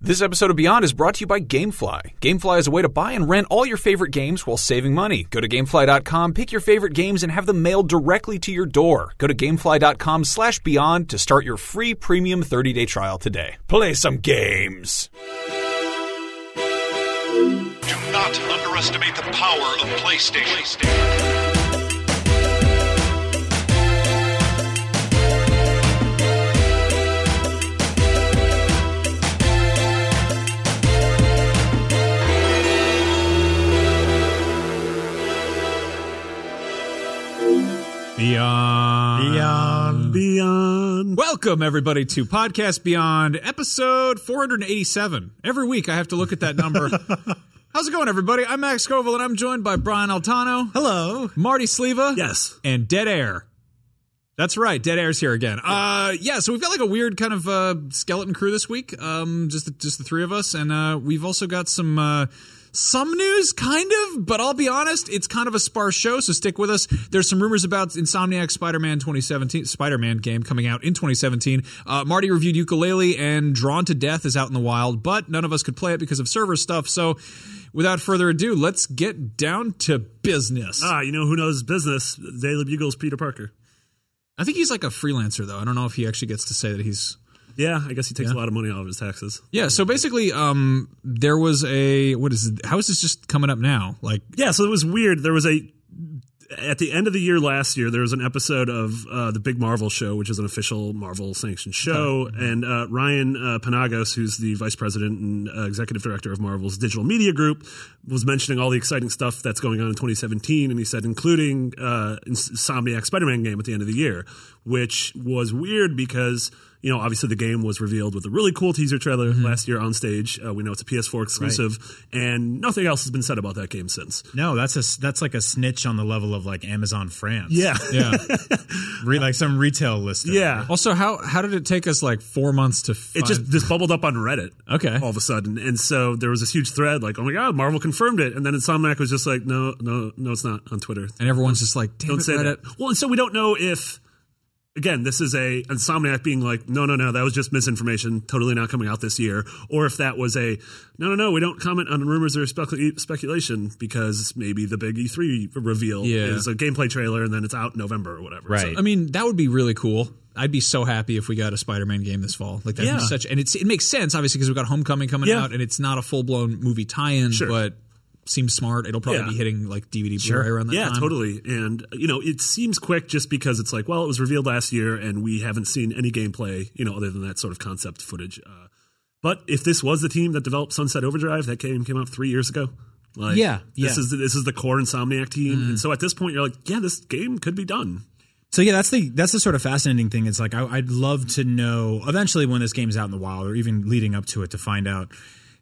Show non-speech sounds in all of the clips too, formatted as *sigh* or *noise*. This episode of Beyond is brought to you by Gamefly. Gamefly is a way to buy and rent all your favorite games while saving money. Go to gamefly.com, pick your favorite games, and have them mailed directly to your door. Go to gamefly.com slash beyond to start your free premium 30 day trial today. Play some games! Do not underestimate the power of PlayStation. Beyond. Beyond, beyond. Welcome, everybody, to Podcast Beyond, episode 487. Every week I have to look at that *laughs* number. How's it going, everybody? I'm Max Scoville, and I'm joined by Brian Altano, Hello. Marty Sleva. Yes. and Dead Air. That's right, Dead Air's here again. Uh, yeah, so we've got like a weird kind of uh, skeleton crew this week. Um, just the, just the three of us, and uh, we've also got some uh, some news, kind of. But I'll be honest, it's kind of a sparse show, so stick with us. There's some rumors about Insomniac Spider-Man 2017 Spider-Man game coming out in 2017. Uh, Marty reviewed Ukulele, and Drawn to Death is out in the wild, but none of us could play it because of server stuff. So, without further ado, let's get down to business. Ah, you know who knows business? Daily Bugle's Peter Parker. I think he's like a freelancer though. I don't know if he actually gets to say that he's. Yeah, I guess he takes a lot of money off of his taxes. Yeah. So basically, um, there was a what is it? How is this just coming up now? Like, Yeah, so it was weird. There was a at the end of the year last year, there was an episode of uh, the Big Marvel Show, which is an official Marvel sanctioned show, and uh, Ryan uh, Panagos, who's the vice president and uh, executive director of Marvel's digital media group, was mentioning all the exciting stuff that's going on in 2017, and he said including uh, Insomniac Spider-Man game at the end of the year, which was weird because. You know, obviously the game was revealed with a really cool teaser trailer last year on stage. Uh, we know it's a PS4 exclusive, and nothing else has been said about that game since. No, that's a that's like a snitch on the level of like Amazon France. Yeah. yeah. *laughs* Re- like some retail list. Yeah. also, how how did it take us like four months to? Find, It just this bubbled up on Reddit. Okay. All of a sudden, and so there was this huge thread like, "Oh my god, Marvel confirmed it," and then Insomniac was just like, "No, no, no, it's not on Twitter. and everyone's just like, damn Don't it, say Reddit. that." Well, and so we don't know if. Again, this is a Insomniac being like, no, no, no, that was just misinformation, totally not coming out this year. Or if that was a, no, no, no, we don't comment on rumors or specul- speculation because maybe the big E3 reveal Yeah. is a gameplay trailer and then it's out in November or whatever. Right. I mean, that would be really cool. I'd be so happy if we got a Spider-Man game this fall. Like that'd Yeah. be such, and it's it makes sense obviously because we've got Homecoming coming Yeah. out, and it's not a full-blown movie tie-in, Sure. but seems smart. It'll probably Yeah. be hitting like DVD Blu-ray around that yeah, time. totally. And you know, it seems quick just because it's like, well, it was revealed last year, and we haven't seen any gameplay, you know, other than that sort of concept footage. Uh, but if this was the team that developed Sunset Overdrive, that game came out three years ago. Like, Yeah, this yeah. is the, this is the core Insomniac team, Mm. and so at this point, you're like, yeah, this game could be done. So yeah, that's the that's the sort of fascinating thing. It's like I, I'd love to know eventually when this game's out in the wild, or even leading up to it, to find out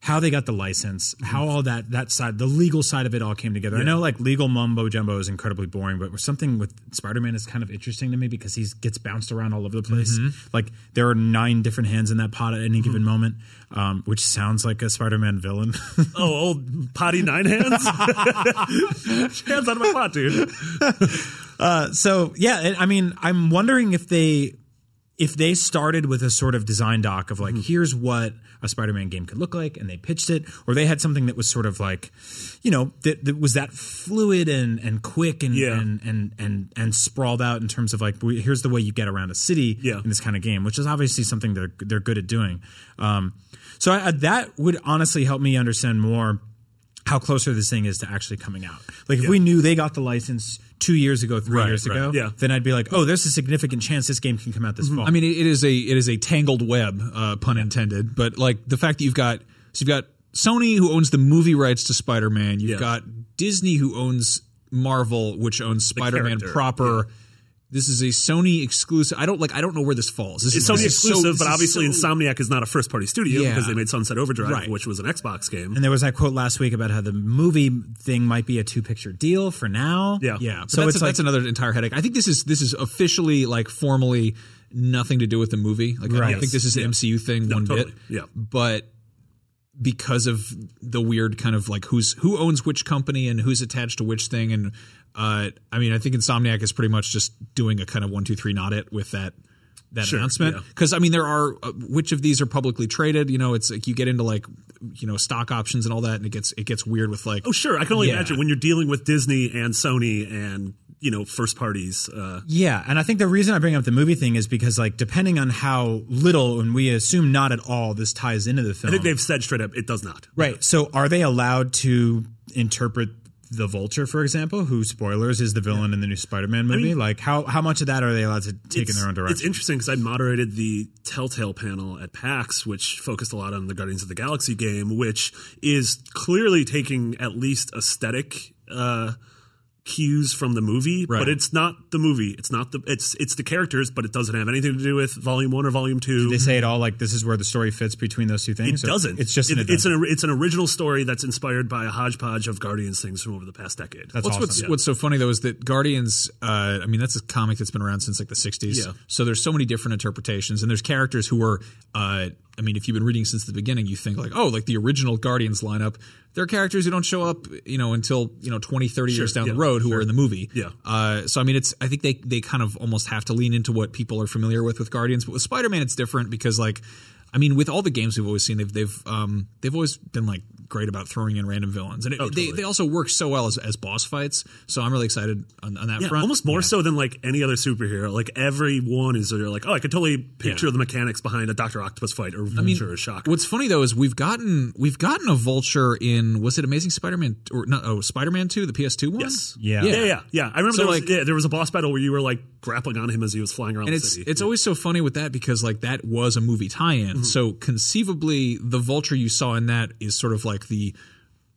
how they got the license, how all that that side, the legal side of it, all came together. I know like legal mumbo jumbo is incredibly boring, but something with Spider Man is kind of interesting to me because he gets bounced around all over the place. Like there are nine different hands in that pot at any given moment, um, which sounds like a Spider Man villain. *laughs* Oh, old potty nine hands, *laughs* hands out of my pot, dude. so yeah and- i mean i'm wondering if they if they started with a sort of design doc of like here's what a spider-man game could look like and they pitched it or they had something that was sort of like you know that, that was that fluid and and quick and, Yeah. and and and and sprawled out in terms of like we- here's the way you get around a city Yeah. in this kind of game which is obviously something they're they're good at doing um, so I, that would honestly help me understand more how closer this thing is to actually coming out. Like if we knew they got the license two years ago, three Right, years right. Mm-hmm. ago, Yeah. then I'd be like, oh, there's a significant chance this game can come out this fall. I mean, it it is a it is a tangled web, uh, pun intended. But like the fact that you've got so you've got Sony who owns the movie rights to Spider Man. You've Yeah. got Disney who owns Marvel, which owns Spider Man character, proper. This is a Sony exclusive. I don't like. I don't know where this falls. This is It's Sony this is so- exclusive, this but is obviously so- Insomniac is not a first party studio Yeah. because they made Sunset Overdrive, Right. which was an Xbox game. and there was that quote last week about how the movie thing might be a two picture deal for now. Yeah. Yeah, but So that's, it's that's like, another entire headache. I think this is this is officially like formally nothing to do with the movie. Like I Right. don't think this is an MCU thing one totally. bit. Yeah. but because of the weird kind of like who's who owns which company and who's attached to which thing, and uh, I mean, I think Insomniac is pretty much just doing a kind of one two three not it with that that Sure, announcement yeah. because I mean there are uh, which of these are publicly traded. You know, it's like you get into like you know stock options and all that, and it gets it gets weird with like Oh, sure. I can only Yeah. imagine when you're dealing with Disney and Sony and you know first parties. Uh, Yeah, and I think the reason I bring up the movie thing is because, like, depending on how little, and we assume not at all, this ties into the I film. think they've said straight up it does not. right. So, are they allowed to interpret the Vulture, for example, who spoilers is the villain in the new Spider-Man movie? like, how how much of that are they allowed to take in It's- their own It's direction? interesting because I moderated the Telltale panel at PAX, which focused a lot on the Guardians of the Galaxy game, which is clearly taking at least aesthetic uh, cues from the movie, but it's not the movie. It's not the it's it's the characters, but it doesn't have anything to do with Volume One or Volume Two. they say it all like this is where the story fits between those two It things. or doesn't. It's just an It- it's addendum? an it's an original story that's inspired by a hodgepodge of Guardians things from over the past decade. That's What's awesome. what's what's so funny though is that Guardians. Uh, I mean, that's a comic that's been around since like the '60s. Yeah. So there's so many different interpretations, and there's characters who are. Uh, I mean, if you've been reading since the beginning, you think like, oh, like the original Guardians lineup. There are characters who don't show up, you know, until you know 20, 30 years down yeah, the road who are in the movie. Yeah. Uh, so I mean, it's I think they they kind of almost have to lean into what people are familiar with with Guardians, but with Spider Man, it's different because like. I mean, with all the games we've always seen, they've they've um, they've always been like great about throwing in random villains, Oh, and it, they, they also work so well as, as boss fights. So I'm really excited on, on that Yeah, front. almost more so than like any other superhero. Like everyone is they're like, oh, I could totally picture the mechanics behind a Doctor Octopus fight or Vulture or Shock. What's funny though is we've gotten we've gotten a vulture in was it Amazing Spider Man or no oh Spider Man two the PS two one Yes. Yeah. Yeah. Yeah. Yeah. I remember So, there, was, like- yeah, there was a boss battle where you were like grappling on him as he was flying around and the it's city. it's always so funny with that because like that was a movie Mm-hmm. tie-in. So conceivably, the vulture you saw in that is sort of like the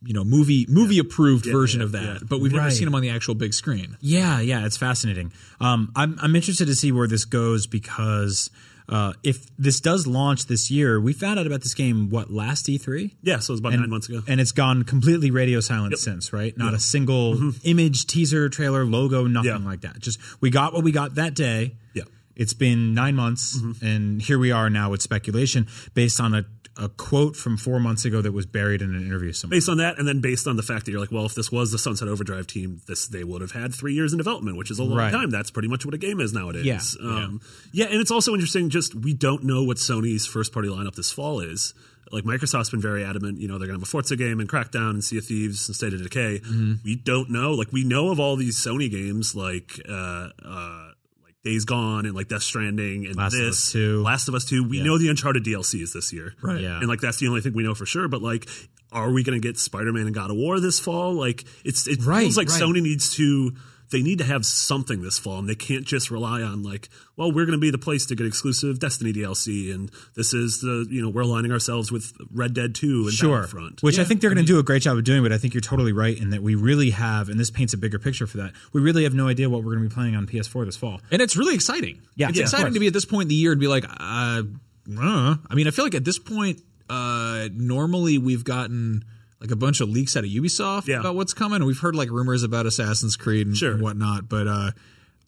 you know movie movie approved version of that, but we've never Right. seen him on the actual big screen. Yeah, yeah, it's fascinating. Um, I'm I'm interested to see where this goes because uh, if this does launch this year, we found out about this game what last E E3, yeah, so it was about nine months ago. and it's gone completely radio silent since, right? Not a single image, teaser, trailer, logo, nothing Mm-hmm. Yeah. like that. Just we got what we got that day. Yeah. Mm-hmm. It's been nine months, and here we are now with speculation based on a, a quote from four months ago that was buried in an interview somewhere. based on that, and then based on the fact that you're like, well, if this was the Sunset Overdrive team, this they would have had three years in development, which is a long Right. time. That's pretty much what a game is nowadays. Yeah. Um, yeah. and it's also interesting. Just we don't know what Sony's first party lineup this fall is. Like Microsoft's been very adamant, you know, they're going to have a Forza game and Crackdown and Sea of Thieves and State of Decay. Mm-hmm. We don't know. Like we know of all these Sony games, like. Uh, uh, like Days Gone and like Death Stranding and Last of this Us 2. Last of Us Two. We know the Uncharted DLC is this year, right? Yeah. and like that's the only thing we know for sure. But like, are we going to get Spider Man and God of War this fall? Like, it's it Right, feels like right. Sony needs to. They need to have something this fall, and they can't just rely on like, well, we're going to be the place to get exclusive Destiny DLC, and this is the you know we're aligning ourselves with Red Dead Two and Sure. Battlefront. Which I think they're going to do a great job of doing, but I think you're totally right in that we really have, and this paints a bigger picture for that. We really have no idea what we're going to be playing on PS4 this fall. And it's really exciting. Yeah, it's yeah, of exciting course. to be at this point in the year and be like, uh, I don't know. I mean, I feel like at this point, uh, normally we've gotten like a bunch of leaks out of Ubisoft Yeah. about what's coming. We've heard like rumors about Assassin's Creed and, Sure. and whatnot, but uh,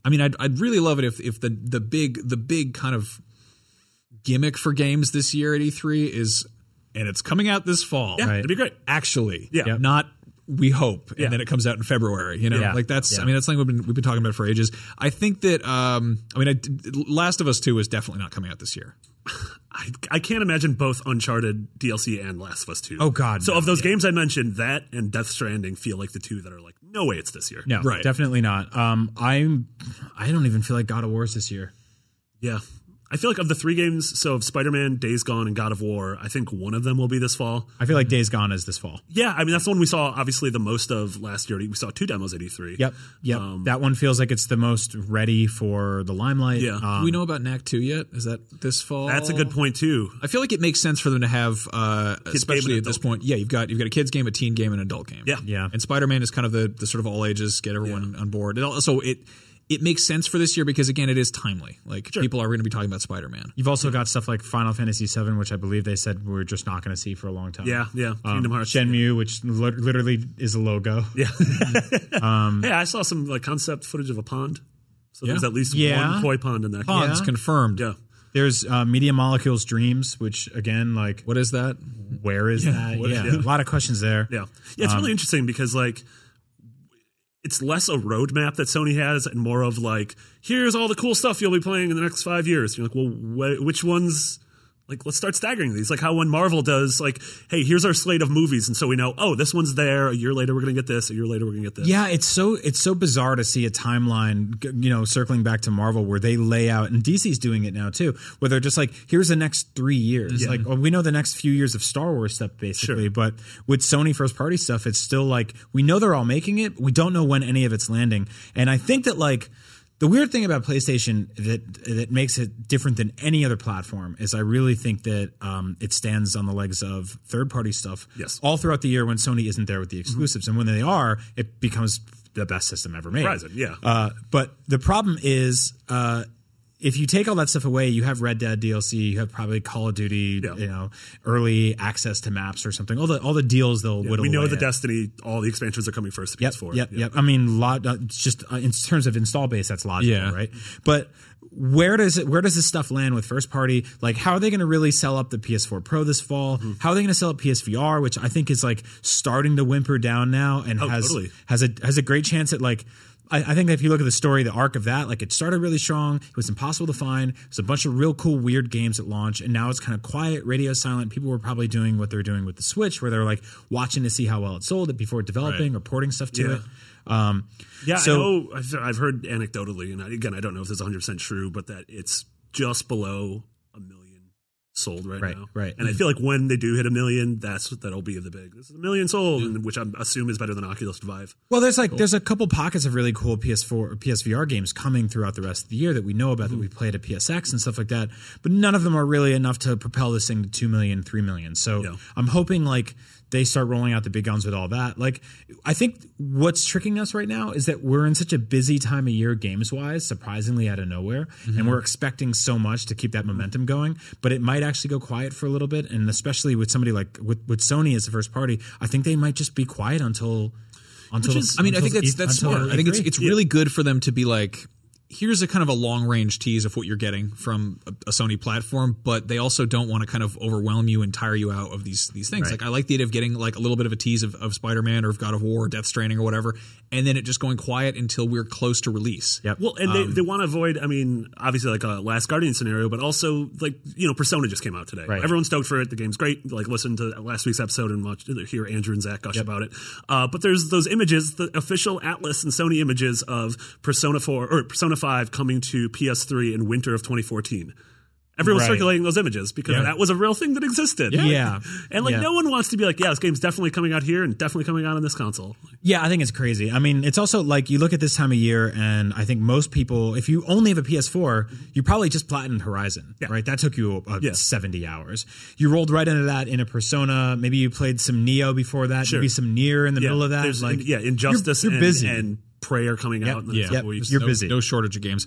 I mean, I'd, I'd really love it if if the the big the big kind of gimmick for games this year at E3 is, and it's coming out this fall. yeah, it'd be great. Actually, Yeah. Yep. not we hope and Yeah. then it comes out in february you know Yeah. like that's Yeah. i mean that's something we've been, we've been talking about for ages i think that um i mean I d last of us 2 is definitely not coming out this year I, I can't imagine both Uncharted DLC and Last of Us Two. Oh, God, So no, of those games I mentioned, that and Death Stranding feel like the two that are like, no way, it's this year. No, Right. definitely not. Um, I'm, I don't even feel like God of War's this year. Yeah. I feel like of the three games, so of Spider Man, Days Gone, and God of War, I think one of them will be this fall. I Mm-hmm. feel like Days Gone is this fall. Yeah, I mean, that's the one we saw obviously the most of last year. We saw two demos at E E3. Yep, yep. Um, that one feels like it's the most ready for the limelight. Yeah. Um, do we know about knack 2 yet is that this fall That's a good point, too. i feel like it makes sense for them to have uh especially game at and this adult point yeah you've got you've got a kids game a teen game and an adult game Yeah. Yeah. and spider-man is kind of the the sort of all ages get everyone on board and also it it makes sense for this year because again it is timely like people are going to be talking about spider-man You've also got stuff like Final Fantasy VII, which I believe they said we're just not going to see for a long time. Yeah, yeah. Um, Kingdom Hearts. Shenmue, which li- literally is a logo. Yeah. hey, I saw some like concept footage of a pond. So there's Yeah. at least Yeah. one koi pond in that yeah. it's game. confirmed Yeah. There's uh, Media Molecules Dreams, which again, like, what is that where is that? what- yeah. yeah. a lot of questions there. Yeah. Yeah, it's really interesting because like it's less a roadmap that Sony has and more of like, here's all the cool stuff you'll be playing in the next five years. You're like, well, wh- which ones? Like, let's start staggering these. Like how when Marvel does, like, hey, here's our slate of movies, and so we know, oh, this one's there. A year later, we're gonna get this. A year later, we're gonna get this. Yeah, it's so it's so bizarre to see a timeline, g- you know, circling back to Marvel where they lay out, and DC's doing it now too, where they're just like, here's the next three years. Like well, we know the next few years of Star Wars stuff basically, but with Sony first party stuff, it's still like we know they're all making it, but we don't know when any of it's landing. And I think that like the weird thing about PlayStation that that makes it different than any other platform is I really think that um, it stands on the legs of third party stuff. Yes. all throughout the year when Sony isn't there with Mm-hmm. the exclusives, and when they are, it becomes the best system ever made. Horizon, yeah. Uh, but the problem is, uh, if you take all that stuff away, you have Red Dead DLC, you have probably Call of Duty, Yeah. you know, early access to maps or something. All the all the deals they'll whittle. we know away the at. Destiny, all the expansions are coming first. to Yep, PS4. yep, Yeah. yep. I mean, lot uh, just uh, in terms of install base, that's logical, Yeah. right? But where does it? Where does this stuff land with first party? Like, how are they going to really sell up the PS4 Pro this fall? Mm-hmm. How are they going to sell up PSVR, which I think is like starting to whimper down now and Oh, has totally. has a has a great chance at like. I, I think that if you look at the story, the arc of that, like it started really strong. It was impossible to find. It was a bunch of real cool, weird games at launch, and now it's kind of quiet, radio silent. People were probably doing what they're doing with the Switch, where they're like watching to see how well it sold it before developing or porting stuff to Yeah. it. Um, Yeah, So- I know. I've, I've heard anecdotally, and I, again, I don't know if this is 100 percent true, but that it's just below a million sold right, Right, now. right. And I feel like when they do hit a million, that's what that'll be the big. This is a million sold, and which I assume is better than Oculus Vive. Well, there's like there's a couple pockets of really cool PS4 or PSVR games coming throughout the rest of the year that we know about Mm-hmm. that we played at PSX and stuff like that, but none of them are really enough to propel this thing to 2 million, 3 million. So Yeah. I'm hoping like they start rolling out the big guns with all that. Like I think what's tricking us right now is that we're in such a busy time of year games wise, surprisingly out of nowhere, Mm-hmm. and we're expecting so much to keep that momentum going, but it might actually go quiet for a little bit and especially with somebody like with, with Sony as the first party, I think they might just be quiet until until E- Which is- I I mean, I think that's that's smart. I think it's it's really good for them to be like, here's a kind of a long range tease of what you're getting from a, a Sony platform, but they also don't want to kind of overwhelm you and tire you out of these these things. Like I like the idea of getting like a little bit of a tease of, of Spider Man or of God of War or Death Stranding or whatever, and then it just going quiet until we're close to release. Yep. Well, and they, they want to avoid. I mean, obviously, like a Last Guardian scenario, but also like you know, Persona just came out today. Right. Everyone's stoked for it. The game's great. Like, listen to last week's episode and watch uh, hear Andrew and Zach gush about it. Uh, but there's those images, the official Atlas and Sony images of Persona Four or Persona Five coming to PS3 in winter of 2014. Everyone's Right. circulating those images because that was a real thing that existed. Yeah. *laughs* and like Yeah. no one wants to be like, yeah, this game's definitely coming out here and definitely coming out on this console. yeah, I think it's crazy. I mean, it's also like you look at this time of year, and I think most people, if you only have a PS4, you probably just platinumed Horizon, right? That took you uh, Yeah. 70 hours. You rolled right into that in a Persona. Maybe you played some Neo before that, maybe some Near in the middle of that. There's like, yeah, injustice you're and, busy. and prayer coming out. In the next Yeah. couple Yep. weeks. You're no, busy. No shortage of games.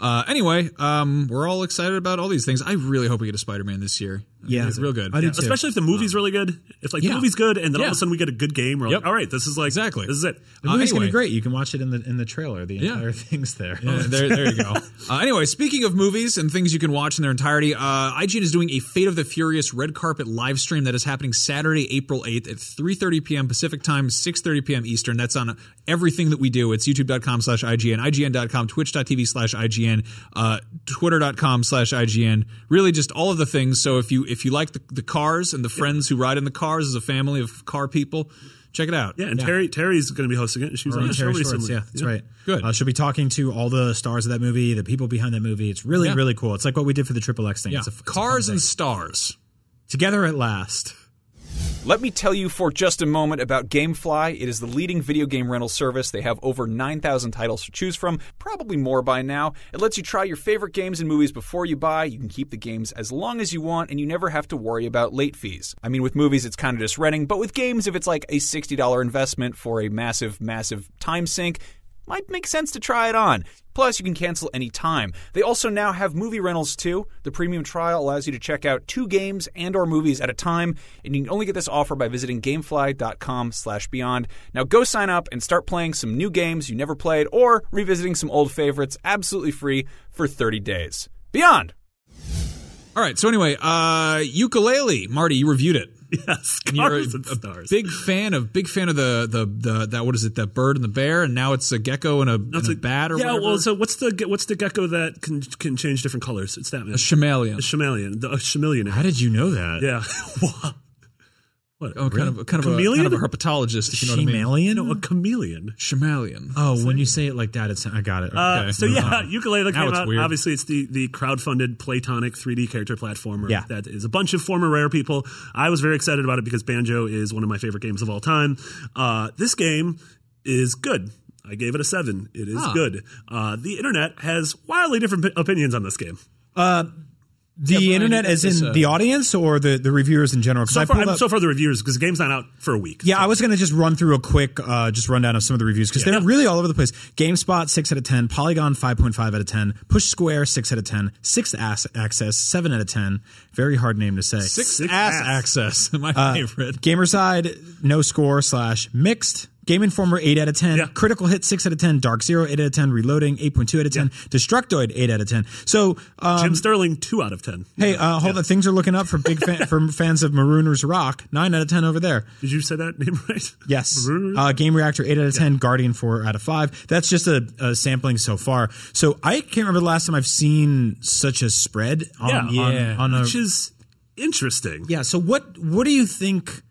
Uh, anyway, um, we're all excited about all these things. I really hope we get a Spider Man this year. I think Yeah. it's real good. I do Yeah. too. Especially if the movie's really good. If like the Uh, Yeah. movie's good, and then all Yeah. of a sudden we get a good game, we're Yep. like, all right, this is like Exactly. This is it. the movie's gonna anyway. be great. You can watch it in the in the trailer. The Yeah. entire *laughs* thing's there. Yeah, there, there you go. Uh, anyway, speaking of movies and things you can watch in their entirety, uh, IGN is doing a Fate of the Furious red carpet live stream that is happening Saturday, April 8th at 3.30 p.m. Pacific time, 6.30 p.m. Eastern. That's on everything that we do. It's youtube.com slash IGN, IGN.com, twitch.tv slash IGN, uh, twitter.com slash IGN. Really just all of the things. So if you if you like the, the cars and the friends who ride in the cars as a family of car people, check it out. Yeah, and Terry Terry's going to be hosting it. And she was on the show Terry Schwartz, recently. yeah, that's *laughs* right. Good. Uh, she'll be talking to all the stars of that movie, the people behind that movie. It's really, Yeah. really cool. It's like what we did for the Triple X thing. Yeah. It's a, it's a fun Cars thing. and stars. Together at last. Let me tell you for just a moment about Gamefly. It is the leading video game rental service. They have over 9,000 titles to choose from, probably more by now. It lets you try your favorite games and movies before you buy. You can keep the games as long as you want, and you never have to worry about late fees. I mean, with movies, it's kind of just renting, but with games, if it's like a $60 investment for a massive, massive time sink, might make sense to try it on. Plus, you can cancel any time. They also now have movie rentals too. The premium trial allows you to check out two games and or movies at a time, and you can only get this offer by visiting gamefly.com/beyond. Now go sign up and start playing some new games you never played or revisiting some old favorites absolutely free for 30 days. Beyond. All right. So anyway, uh, ukulele, Marty, you reviewed it. *laughs* yes, And you're cars and a, a stars. big fan of big fan of the, the the that what is it that bird and the bear and now it's a gecko and a, and a That's bat or yeah. whatever. Well, so what's the ge- what's the gecko that can can change different colors? It's that man. a chameleon. A chameleon. The, a chameleon. How did you know that? yeah. *laughs* What? oh, kind of kind of, a, Chameleon? kind of a herpetologist. If you know what I mean. Chameleon? No, a chameleon. Chameleon. Oh, when you say it like that, it's I got it. Uh, Okay, so moving yeah, on. Ukulele Now came it's out. weird. Obviously, it's the the crowdfunded Playtonic 3D character platformer Yeah. that is a bunch of former Rare people. I was very excited about it because Banjo is one of my favorite games of all time. Uh, this game is good. I gave it a seven. It is good. Uh, the internet has wildly different p- opinions on this game. the internet, as in the audience or the, the reviewers in general. 'Cause So I far, pulled I'm, up- so far the reviewers because the game's not out for a week. Yeah, I was going to just run through a quick uh, just rundown of some of the reviews because they're really all over the place. GameSpot, 6 out of 10. Polygon, 5.5 out of 10. Push Square, 6 out of 10. Sixth Ass Access, 7 out of 10. Very hard name to say. Six, Six ass, ass. Uh, access. *laughs* My favorite. Uh, Gamerside, no score slash mixed. Game Informer, 8 out of 10. Yeah. Critical Hit, 6 out of 10. Dark Zero, 8 out of 10. Reloading, 8.2 out of 10. Destructoid, 8 out of 10. So, um, Jim Sterling, two out of ten. hey, uh, hold on. Things are looking up for big fan, for *laughs* fans of Marooners Rock. 9 out of 10 over there. Did you say that name *laughs* right? Yes. Uh, Game Reactor, 8 out of 10. Guardian, 4 out of 5. That's just a, a sampling so far. So I can't remember the last time I've seen such a spread on, Yeah. on- Yeah. on, a. Which is interesting. yeah. So what, what do you think?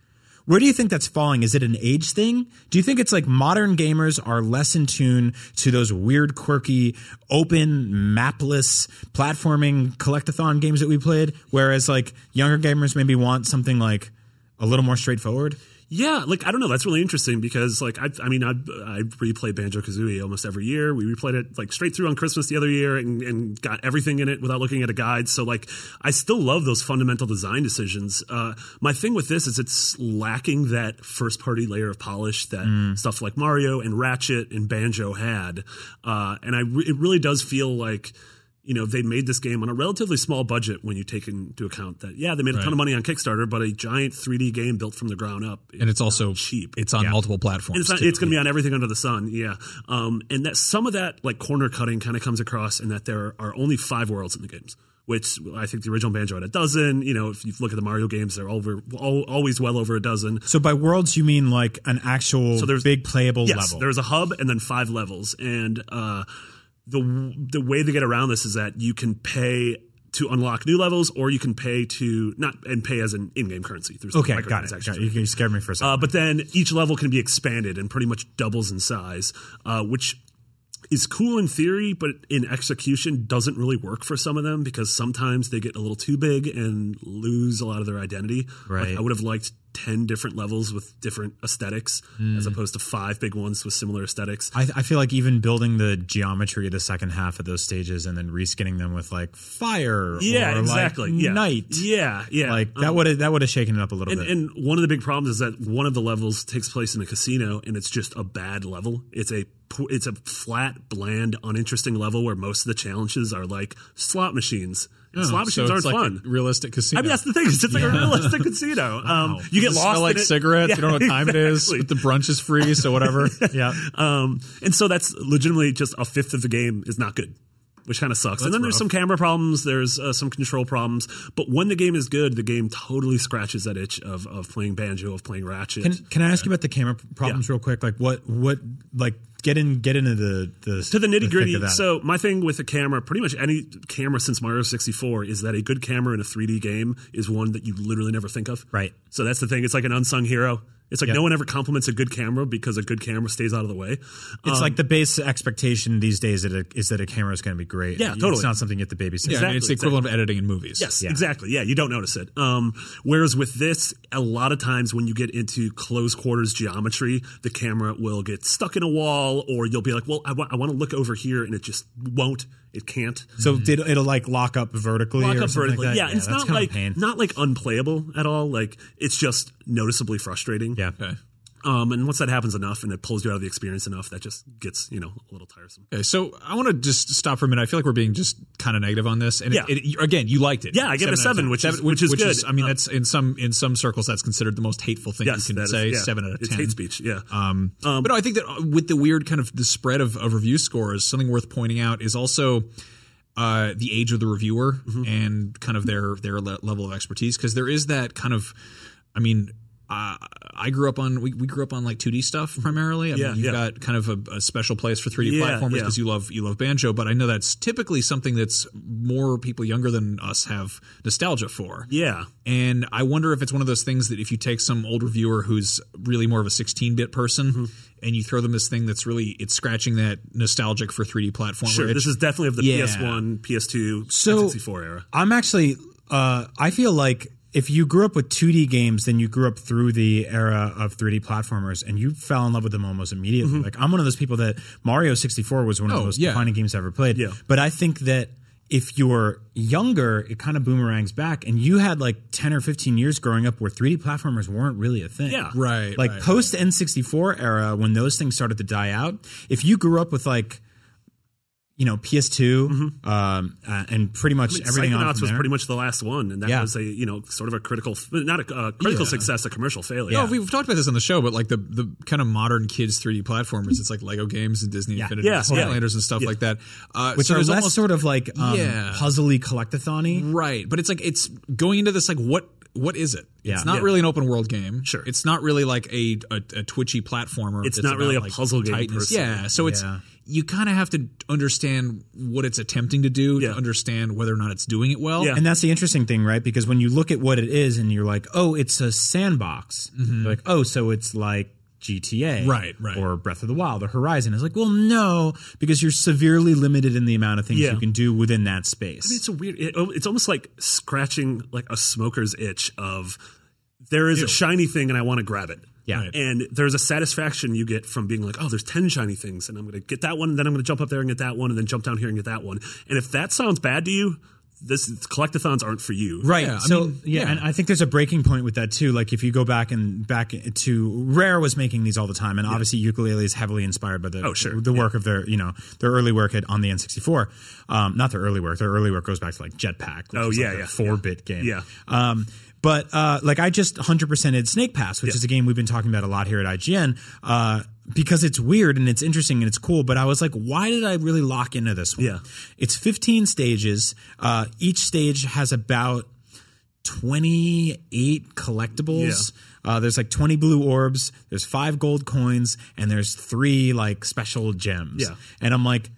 Where do you think that's falling? Is it an age thing? Do you think it's like modern gamers are less in tune to those weird, quirky, open, mapless platforming collectathon games that we played? Whereas like younger gamers maybe want something like a little more straightforward? Yeah, like I don't know. That's really interesting because, like, I, I mean, I, I replay Banjo Kazooie almost every year. We replayed it like straight through on Christmas the other year and, and got everything in it without looking at a guide. So, like, I still love those fundamental design decisions. Uh, my thing with this is it's lacking that first party layer of polish that stuff like Mario and Ratchet and Banjo had, uh, and I re- it really does feel like you know they made this game on a relatively small budget when you take into account that yeah they made a ton of money on Kickstarter but a giant 3D game built from the ground up and it's also cheap. It's on multiple platforms. And it's, not- too. it's going to be on everything under the sun, yeah. Um, and that some of that like corner cutting kind of comes across in that there are only five worlds in the games, which I think the original Banjo had a dozen. You know, if you look at the Mario games, they're over all, always well over a dozen. So by worlds you mean like an actual there's- big playable Yes, level. there's a hub and then five levels, and uh, the the way they get around this is that you can pay to unlock new levels, or you can pay to not and pay as an in-game currency. There's no Okay, got it. microtransactions Got or it. You, you scared me for a second. Uh, but then each level can be expanded and pretty much doubles in size, uh, which is cool in theory, but in execution doesn't really work for some of them because sometimes they get a little too big and lose a lot of their identity. Like, Right. I would have liked 10 different levels with different aesthetics as Hmm. opposed to five big ones with similar aesthetics. I, I feel like even building the geometry of the second half of those stages and then reskinning them with like fire, yeah, or exactly. like yeah. night, Yeah, yeah. like Um, that would have that would have shaken it up a little And, bit. and one of the big problems is that one of the levels takes place in a casino, and it's just a bad level. It's a po- it's a flat, bland, uninteresting level where most of the challenges are like slot machines. Oh, And slot Oh, so machines aren't it's fun. like a realistic casino. I mean, that's the thing. It's just like a realistic *laughs* casino. Um, Oh. You get Does it lost. Smell like in it. *laughs* cigarettes. Yeah, you don't know what time it is. exactly. But the brunch is free, *laughs* so whatever. yeah. Um, and so that's legitimately just a fifth of the game is not good, which kind of sucks. and then there's some camera problems, there's uh, some control problems. But when the game is good, the game totally scratches that itch of, of playing banjo, of playing ratchet. can can I ask you about the camera p- problems real quick? Like what what like get in get into the the to the thick nitty of gritty. that. So my thing with a camera, pretty much any camera since Mario 64, is that a good camera in a 3D game is one that you literally never think of. Right. So that's the thing. It's like an unsung hero. It's like no one ever compliments a good camera because a good camera stays out of the way. Um, it's like the base expectation these days that it, is that a camera is going to be great. Yeah, It's totally. not something you have to babysit. I mean, it's the equivalent of editing in movies. Yes, exactly. Yeah, you don't notice it. Um, whereas with this, a lot of times when you get into close quarters geometry, the camera will get stuck in a wall, or you'll be like, "Well, I want to look over here," and it just won't. It can't. So Mm-hmm. did, it'll like lock up vertically Lock or up something vertically. like that. Yeah, and it's that's not kind of a like pain. not like unplayable at all. Like it's just noticeably frustrating. yeah. Okay. Um, and once that happens enough, and it pulls you out of the experience enough, that just gets you know a little tiresome. Okay, so I want to just stop for a minute. I feel like we're being just kind of negative on this, and Yeah. it, it, you- again, you liked it. Yeah, I gave it a out of seven, 10. which is- which is good. I mean, Uh, that's in some in some circles that's considered the most hateful thing Yes, you that can is- say. yeah. Seven out of It's ten. hate speech. Yeah. Uh, Um, but no, I think that uh, with the weird kind of the spread of, of review scores, something worth pointing out is also uh, the Mm-hmm. age of the reviewer and kind of their their le- level of expertise because there is that kind of I mean, uh, I grew up on we, we grew up on like 2D stuff primarily. I Yeah, mean, you've yeah. got kind of a, a special place for 3D Yeah, platformers yeah. because you love you love banjo. But I know that's typically something that's more people younger than us have nostalgia for. Yeah. And I wonder if it's one of those things that if you take some old reviewer who's really more of a 16-bit person Mm-hmm. and you throw them this thing that's really it's scratching that nostalgic for 3D platformer. Sure. itch. This is definitely of the Yeah. PS1, PS2, So- 64 era. I'm actually. Uh, I feel like if you grew up with 2D games, then you grew up through the era of 3D platformers, and you fell in love with them almost immediately. Mm-hmm. Like I'm one of those people that Mario 64 was one of Oh, the most yeah. defining games I ever played. Yeah. But I think that if you're younger, it kind of boomerangs back, and you had like 10 or 15 years growing up where 3D platformers weren't really a thing. Yeah. Right, Like right, post N64 era, when those things started to die out, if you grew up with like you know PS2 um, uh, and pretty much everything Mm-hmm. on Psychonauts from was there. pretty much the last one, and that Yeah. was a you know sort of a critical, not a uh, critical success, a commercial failure. No, we've talked about this on the show, but like the the kind of modern kids 3D platformers, it's like Lego games and Disney Infinity Yeah, and yeah. Skylanders and stuff like that. Uh, which so are there's less almost- sort of like um, Yeah. puzzly collectathony. right, but it's like it's going into this like what what is it? Yeah. It's not Yeah. really an open world game. Sure. it's not really like a a, a twitchy platformer. It's that's not really about, a like, puzzle game tightness. per se. Yeah, so it's Yeah. you kind of have to understand what it's attempting to do Yeah. to understand whether or not it's doing it well. Yeah. And that's the interesting thing, right? Because when you look at what it is and you're like, oh, it's a sandbox. You're like, oh, so it's like GTA. Mm-hmm. Right, right. Or Breath of the Wild or Horizon. It's like, well, no, because you're severely limited in the amount of things Yeah. you can do within that space. It's a weird. It, oh, it's almost like scratching like a smoker's itch of there is a shiny thing and I want to grab it. Yeah. Right. And there's a satisfaction you get from being like, oh, there's 10 shiny things and I'm going to get that one and then I'm going to jump up there and get that one and then jump down here and get that one. And if that sounds bad to you, this collectathons aren't for you. Right. Yeah, I so mean, yeah, yeah. and I think there's a breaking point with that too. Like if you go back and back to Rare was making these all the time, and obviously Ukulele is heavily inspired by the Oh, sure. the work of their you know their early work at, on the N64. Um, not their early work. Their early work goes back to like Jetpack. Which Oh, was, yeah, like yeah, four bit game. Yeah. Um, but uh, like I just 100%ed Snake Pass, which is a game we've been talking about a lot here at IGN. Uh, because it's weird and it's interesting and it's cool, but I was like, why did I really lock into this one? Yeah. It's 15 stages. Uh, each stage has about 28 collectibles. Uh, there's like 20 blue orbs, there's five gold coins, and there's three like special gems. Yeah. And I'm like,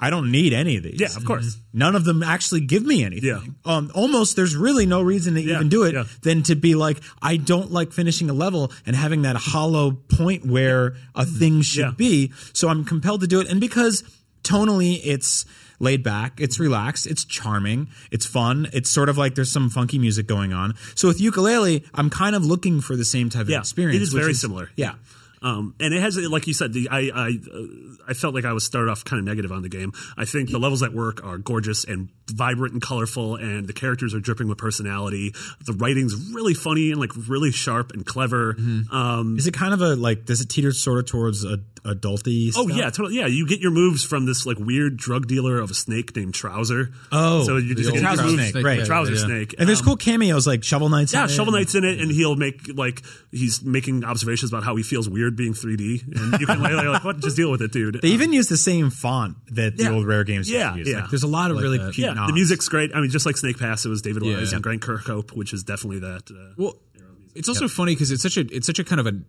I don't need any of these. Yeah, of course. None of them actually give me anything. Yeah. Um, almost, there's really no reason to Yeah, even do it yeah. than to be like, I don't like finishing a level and having that hollow point where a thing should Yeah. be. So I'm compelled to do it. And because tonally it's laid back, it's relaxed, it's charming, it's fun, it's sort of like there's some funky music going on. So with ukulele, I'm kind of looking for the same type Yeah. of experience. It is which very similar. Yeah. Um, and it has, like you said, the I I, uh, I felt like I was started off kind of negative on the game. I think the levels at work are gorgeous and vibrant and colorful, and the characters are dripping with personality. The writing's really funny and like really sharp and clever. Mm-hmm. Um, Is it kind of a like does it teeter sort of towards a adulty? oh stuff? yeah, totally. Yeah, you get your moves from this like weird drug dealer of a snake named Trouser. Oh, so you the just get old your Trouser moves- Snake, right. Trouser Yeah. Snake. And there's Um, cool cameos like Shovel Knight's. Yeah, in it. Shovel Knight's in it, and he'll make like he's making observations about how he feels weird being 3D, and you can *laughs* like, like what? Just deal with it, dude. They even use the same font that the Um, Yeah. old Rare games used Yeah, to use. yeah. Like, there's a lot of really that. cute yeah, nods. the music's great. I mean, just like Snake Pass, it was David Wise Yeah. and Grant Kirkhope, which is definitely that. Uh, Well, it's also funny because it's such a it's such a kind of an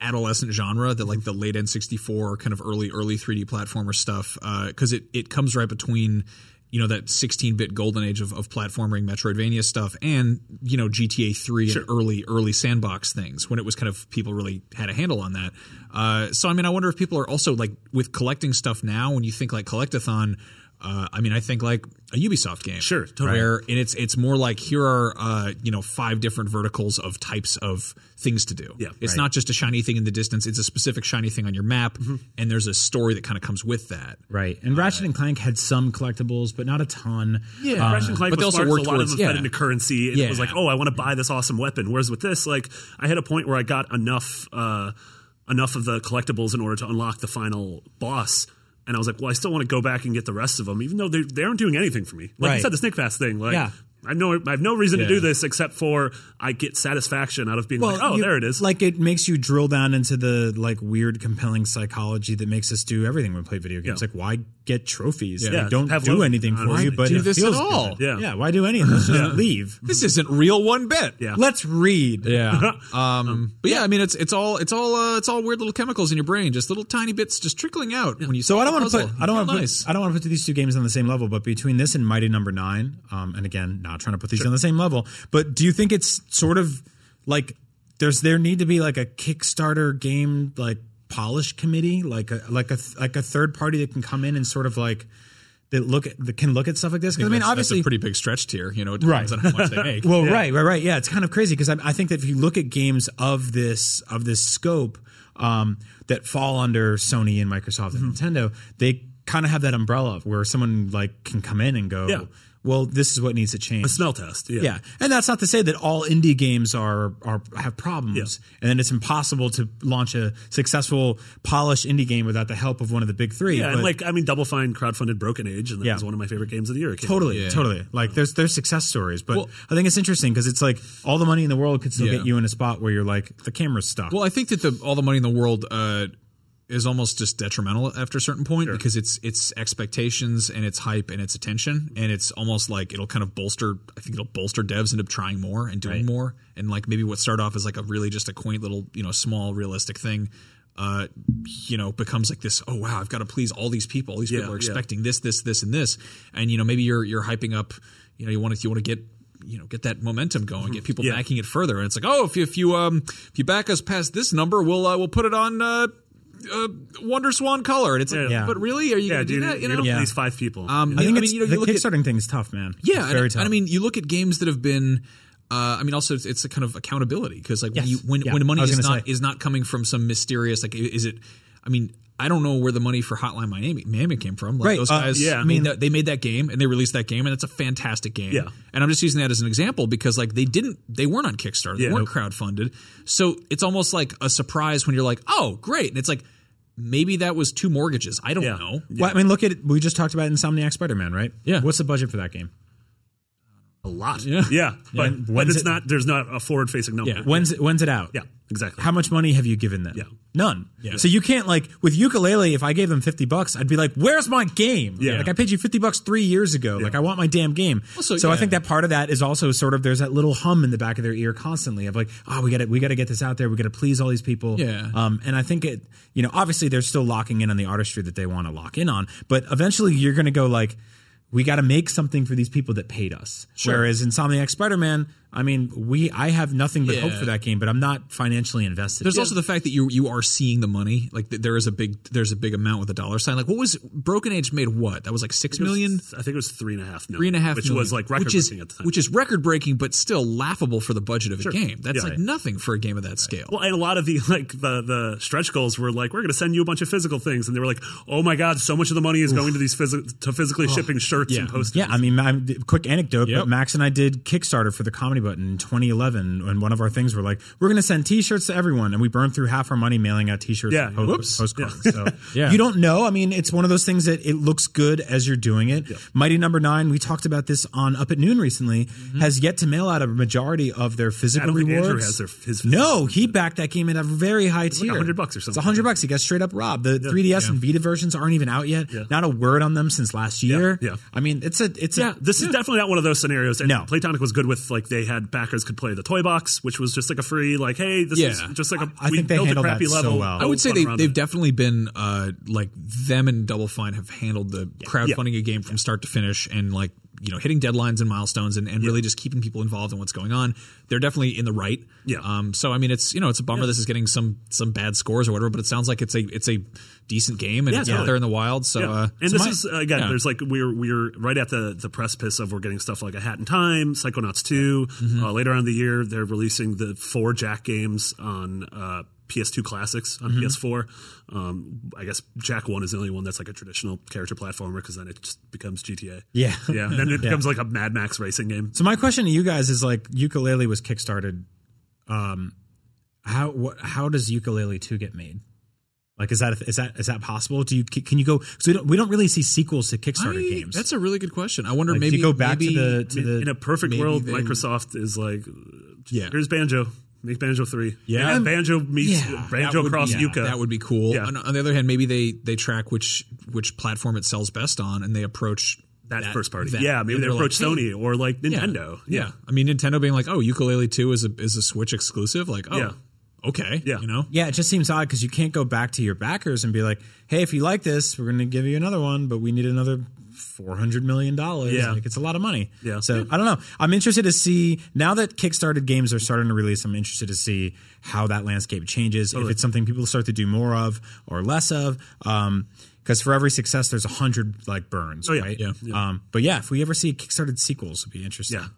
adolescent genre that like the late N64 kind of early early 3D platformer stuff because it it comes right between you know that 16-bit golden age of, of platforming Metroidvania stuff and you know GTA 3 and early early sandbox things when it was kind of people really had a handle on that. Uh, so I mean I wonder if people are also like with collecting stuff now when you think like collectathon. Uh, I mean I think like a Ubisoft game Sure, totally. where and it's it's more like here are uh, you know five different verticals of types of things to do. Yeah, it's right. not just a shiny thing in the distance; it's a specific shiny thing on your map, and there's a story that kind of comes with that. Mm-hmm. Right. And Ratchet and Clank had some collectibles, but not a ton. Um, Yeah. Ratchet and Clank but they was also smart, worked so a lot towards- of them fed yeah. into currency, and Yeah. it was like, oh, I want to buy this awesome weapon. Whereas with this, like, I had a point where I got enough uh, enough of the collectibles in order to unlock the final boss. And I was like, well, I still want to go back and get the rest of them, even though they, they aren't doing anything for me. Like Right. you said, the Snake Pass thing. Like, Yeah. I know I have no reason Yeah. to do this except for I get satisfaction out of being like, oh, you- there it is. Like it makes you drill down into the like weird, compelling psychology that makes us do everything when we play video games. Yeah. Like why get trophies. Yeah, They don't have do loot. anything for you, but do it this feels at all? good. Yeah. Yeah. why do anything? Just leave. This isn't real one bit. Yeah. Let's read. Yeah. *laughs* Um, but yeah, I mean, it's it's all it's all uh, it's all weird little chemicals in your brain, just little tiny bits just trickling out when you. So I don't want to put I don't want to Nice. put I don't want to put these two games on the same level, but between this and Mighty Number Nine, um, and again, not trying to put these on the same level, but do you think it's sort of like there's there need to be like a Kickstarter game like polish committee, like a like a like a third party that can come in and sort of like that look at, that can look at stuff like this? 'Cause I, mean, That's- that's obviously, a pretty big stretch tier. You know, it depends Right. on how much *laughs* they make. well, right, right, right. Yeah, it's kind of crazy because I, I think that if you look at games of this of this scope um, that fall under Sony and Microsoft and Mm-hmm. Nintendo, they kind of have that umbrella where someone like can come in and go, Yeah. "Well, this is what needs to change." A smell test. Yeah. yeah, and that's not to say that all indie games are are have problems, and then it's impossible to launch a successful, polished indie game without the help of one of the big three. Yeah, but- and like I mean, Double Fine crowdfunded Broken Age, and that Yeah. was one of my favorite games of the year. It came out. Totally, totally. Like there's there's success stories, but Well- I think it's interesting because it's like all the money in the world could still Yeah. get you in a spot where you're like the camera's stuck. Well, I think that the all the money in the world uh, is almost just detrimental after a certain point because it's it's expectations and it's hype and it's attention and it's almost like it'll kind of bolster. I think it'll bolster devs into trying more and doing more and like maybe what started off as like a really just a quaint little you know small realistic thing. Uh, you know, becomes like this. Oh wow, I've got to please all these people. All these people are yeah. expecting this, this, this, and this. And you know, maybe you're you're hyping up. You know, you want to you want to get you know get that momentum going, get people Mm-hmm. Yeah. backing it further. And it's like, oh, if you, if you um if you back us past this number, we'll uh, we'll put it on uh, uh, Wonder Swan color. And it's like, Yeah. but really, are you Yeah, gonna do dude, that? You you're know, gonna Yeah. please five people. um, I think I it's, mean, you know, you the look at Kickstarting thing is tough, man. yeah, It's and, very and tough. I mean, you look at games that have been. Uh, I mean, also it's, it's a kind of accountability because like when Yes. you when Yeah. when money I was is gonna not say. is not coming from some mysterious like i- is it? I mean, I don't know where the money for Hotline Miami, Miami came from. Like Right. those Uh, guys, yeah. I mean, that- they made that game and they released that game and it's a fantastic game. Yeah. and I'm just using that as an example because like they didn't they weren't on Kickstarter, they Yeah. weren't crowdfunded, so it's almost like a surprise when you're like, oh, great, and it's like maybe that was two mortgages. I don't Yeah. know. well, I mean, look at it. We just talked about Insomniac Spider-Man, right? Yeah. What's the budget for that game? A lot. Yeah. yeah, but, and but when's it's it- not. There's not a forward facing number. Yeah. When's it, when's it out? Yeah, exactly. How much money have you given them? Yeah. None. So you can't like with ukulele. If I gave them fifty bucks, I'd be like, "Where's my game? Yeah. Like I paid you fifty bucks three years ago. Like I want my damn game." Also, so I yeah. think that part of that is also sort of there's that little hum in the back of their ear constantly of like, "Oh, we got to we got to get this out there. We got to please all these people." Yeah. Um, and I think it, you know, obviously they're still locking in on the artistry that they want to lock in on, but eventually you're going to go like. We got to make something for these people that paid us. Whereas Insomniac Spider-Man, I mean, we I have nothing but hope Yeah. for that game, but I'm not financially invested. There's also the fact that you you are seeing the money. Like th- there is a big there's a big amount with a dollar sign. Like what was Broken Age made what? That was like six million, I think it was three and a half million. three and a half which million, was like record which is, breaking at the time. Which is record breaking, but still laughable for the budget of a game. That's Yeah. like Right. nothing for a game of that scale. Well, and a lot of the *laughs* like the the stretch goals were like, we're going to send you a bunch of physical things, and they were like, oh my god, so much of the money is going to these physi- to physically shipping shirts and posters. Yeah, I mean, I'm, quick anecdote, Yep. but Max and I did Kickstarter for the Comedy Button in 2011, and one of our things were like, we're going to send T-shirts to everyone, and we burned through half our money mailing out T-shirts. Yeah, and post- whoops. postcards. *laughs* So you don't know. I mean, it's one of those things that it looks good as you're doing it. Mighty Number Nine, we talked about this on Up at Noon recently, has yet to mail out a majority of their I physical don't think rewards. Mm-hmm. Andrew has their his No, he backed that game at a very high tier. like 100 bucks or something. It's 100 bucks. He got straight up robbed. The 3DS and Vita versions aren't even out yet. Not a word on them since last year. yeah. I mean, it's a it's Yeah, *laughs* a this is definitely not one of those scenarios. And No. Playtonic was good with like they had backers could play the toy box, which was just like a free like, hey, this Yeah. is just like a I- I we think they built a handled crappy that so level. well. I would say fun they, around they've it. definitely been uh, like them and Double Fine have handled the crowdfunding a game from start to finish and like you know hitting deadlines and milestones and, and really just keeping people involved in what's going on. They're definitely in the right. Yeah. Um. So I mean, it's you know it's a bummer this is getting some some bad scores or whatever, but it sounds like it's a it's a decent game and Yeah, it's out totally. there in the wild. So Yeah. uh, and so this my- is uh, again, yeah. there's like we're we're right at the the precipice of we're getting stuff like a Hat in Time, Psychonauts 2 Uh, later on in the year, they're releasing the four Jack games on uh, PS2 classics on PS4. Um, I guess Jack One is the only one that's like a traditional character platformer because then it just becomes GTA. Yeah. yeah. And then it becomes like a Mad Max racing game. So my question to you guys is like ukulele was kickstarted. Um, how what how does ukulele two get made? Like is that is that is that possible? Do you can you go? So we don't we don't really see sequels to Kickstarter I- games. That's a really good question. I wonder like, do maybe you go back maybe- to the to the in a perfect maybe world, they- Microsoft is like, Yeah. here's Banjo. Make Banjo three. Yeah. And Banjo meets Yeah, that Banjo would- Cross yeah, Yuka. That would be cool. Yeah. On, on the other hand, maybe they they track which which platform it sells best on, and they approach that, first party. that. yeah, maybe And they they're like, approach "Hey, Sony or like Nintendo. Yeah. Yeah. I mean Nintendo being like, "Oh, Ukulele 2 is a is a Switch exclusive." Like, "Oh, Yeah. okay." Yeah. You know? Yeah, it just seems odd because you can't go back to your backers and be like, "Hey, if you like this, we're going to give you another one, but we need another four hundred million dollars. Yeah. like, it's a lot of money. Yeah. So I don't know. I'm interested to see now that Kickstarted games are starting to release. I'm interested to see how that landscape changes. If it's something people start to do more of or less of. Um, because for every success, there's a hundred like burns, Oh, yeah, right? yeah, Um, but yeah, if we ever see Kickstarted sequels, it'd be interesting. Yeah.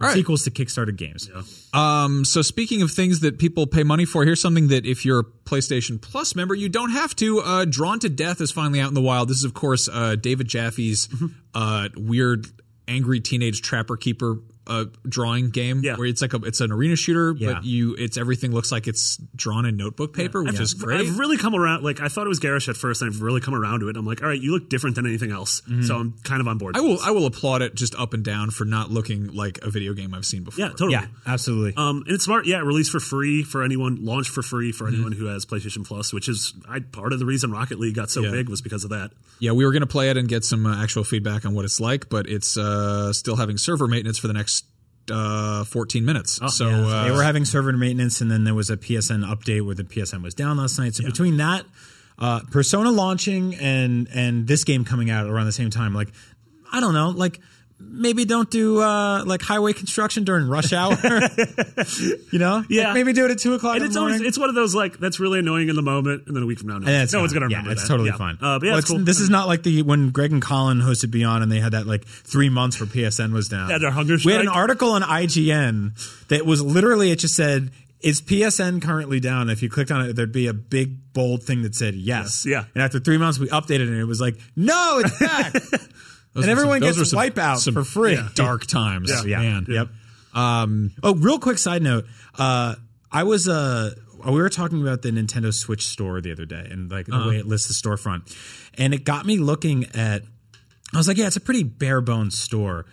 Or sequels to Kickstarted games. Um, so speaking of things that people pay money for, here's something that if you're a PlayStation Plus member, you don't have to. Uh, Drawn to Death is finally out in the wild. This is, of course, uh, David Jaffe's Mm-hmm. uh, weird, angry teenage trapper keeper uh, drawing game. Yeah. where it's like a it's an arena shooter, Yeah. but you it's everything looks like it's drawn in notebook paper, which is great. I've really come around. Like I thought it was garish at first, and I've really come around to it. I'm like, all right, you look different than anything else, so I'm kind of on board. Mm-hmm. I will I will applaud it just up and down for not looking like a video game I've seen before. Yeah, totally. Yeah, absolutely. Um, and it's smart. Yeah, release for free for anyone, launch for free Mm-hmm. for anyone who has PlayStation Plus, which is I, part of the reason Rocket League got so big was because of that. Yeah, we were going to play it and get some uh, actual feedback on what it's like, but it's uh, still having server maintenance for the next uh, 14 minutes. so uh, Oh, they were having server maintenance, and then there was a PSN update where the PSN was down last night. So between that, uh, Persona launching and and this game coming out around the same time, like I don't know, like maybe don't do uh, like highway construction during rush hour. *laughs* you know, Like, Yeah. maybe do it at two o'clock. And in it's the morning. always it's one of those like that's really annoying in the moment, and then a week from now, no, And it's no fine. one's gonna Yeah, remember. It's that. totally Yeah. fine. Uh, but yeah, Well, it's it's- cool. This is not like the when Greg and Colin hosted Beyond and they had that like three months where PSN was down. Had their hunger We had an strike. article on IGN that was literally it just said. Is PSN currently down? If you clicked on it, there'd be a big bold thing that said yes. Yes, yeah. And after three months, we updated it, and it was like, no, *laughs* it's back. and everyone those gets were some- Wipeout some for free. Dark times. Yeah. Man. Yep. oh, real quick side note. Uh, I was uh, we were talking about the Nintendo Switch store the other day, and like the way it lists the storefront, and it got me looking at. I was like, yeah, it's a pretty bare bones store,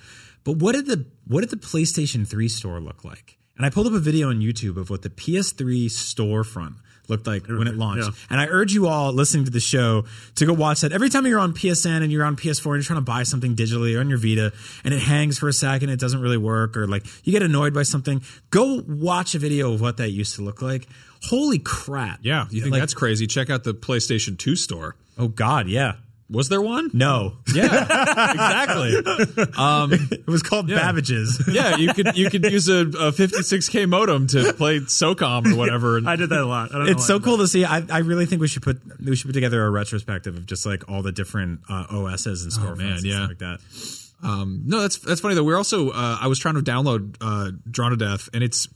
but what did the what did the PlayStation Three store look like? And I pulled up a video on YouTube of what the PS3 storefront looked like when it launched. And I urge you all listening to the show to go watch that. Every time you're on PSN and you're on PS4 and you're trying to buy something digitally or on your Vita and it hangs for a second, it doesn't really work, or like you get annoyed by something, go watch a video of what that used to look like. Holy crap. Yeah. You think Like- that's crazy? Check out the PlayStation 2 store. Oh, God. Yeah. Was there one? No. *laughs* Yeah. *laughs* exactly. It was called *laughs* Babbage's. Yeah. You could you could use a, a 56K modem to play SOCOM or *laughs* whatever. And, I did that a lot. I don't know *laughs* it's why. so cool to see. I, I really think we should put we should put together a retrospective of just like all the different uh, OSs and storefronts man, and yeah. stuff like that. Um, no, that's that's funny though. We're also uh, I was trying to download uh, Drawn to Death, and it's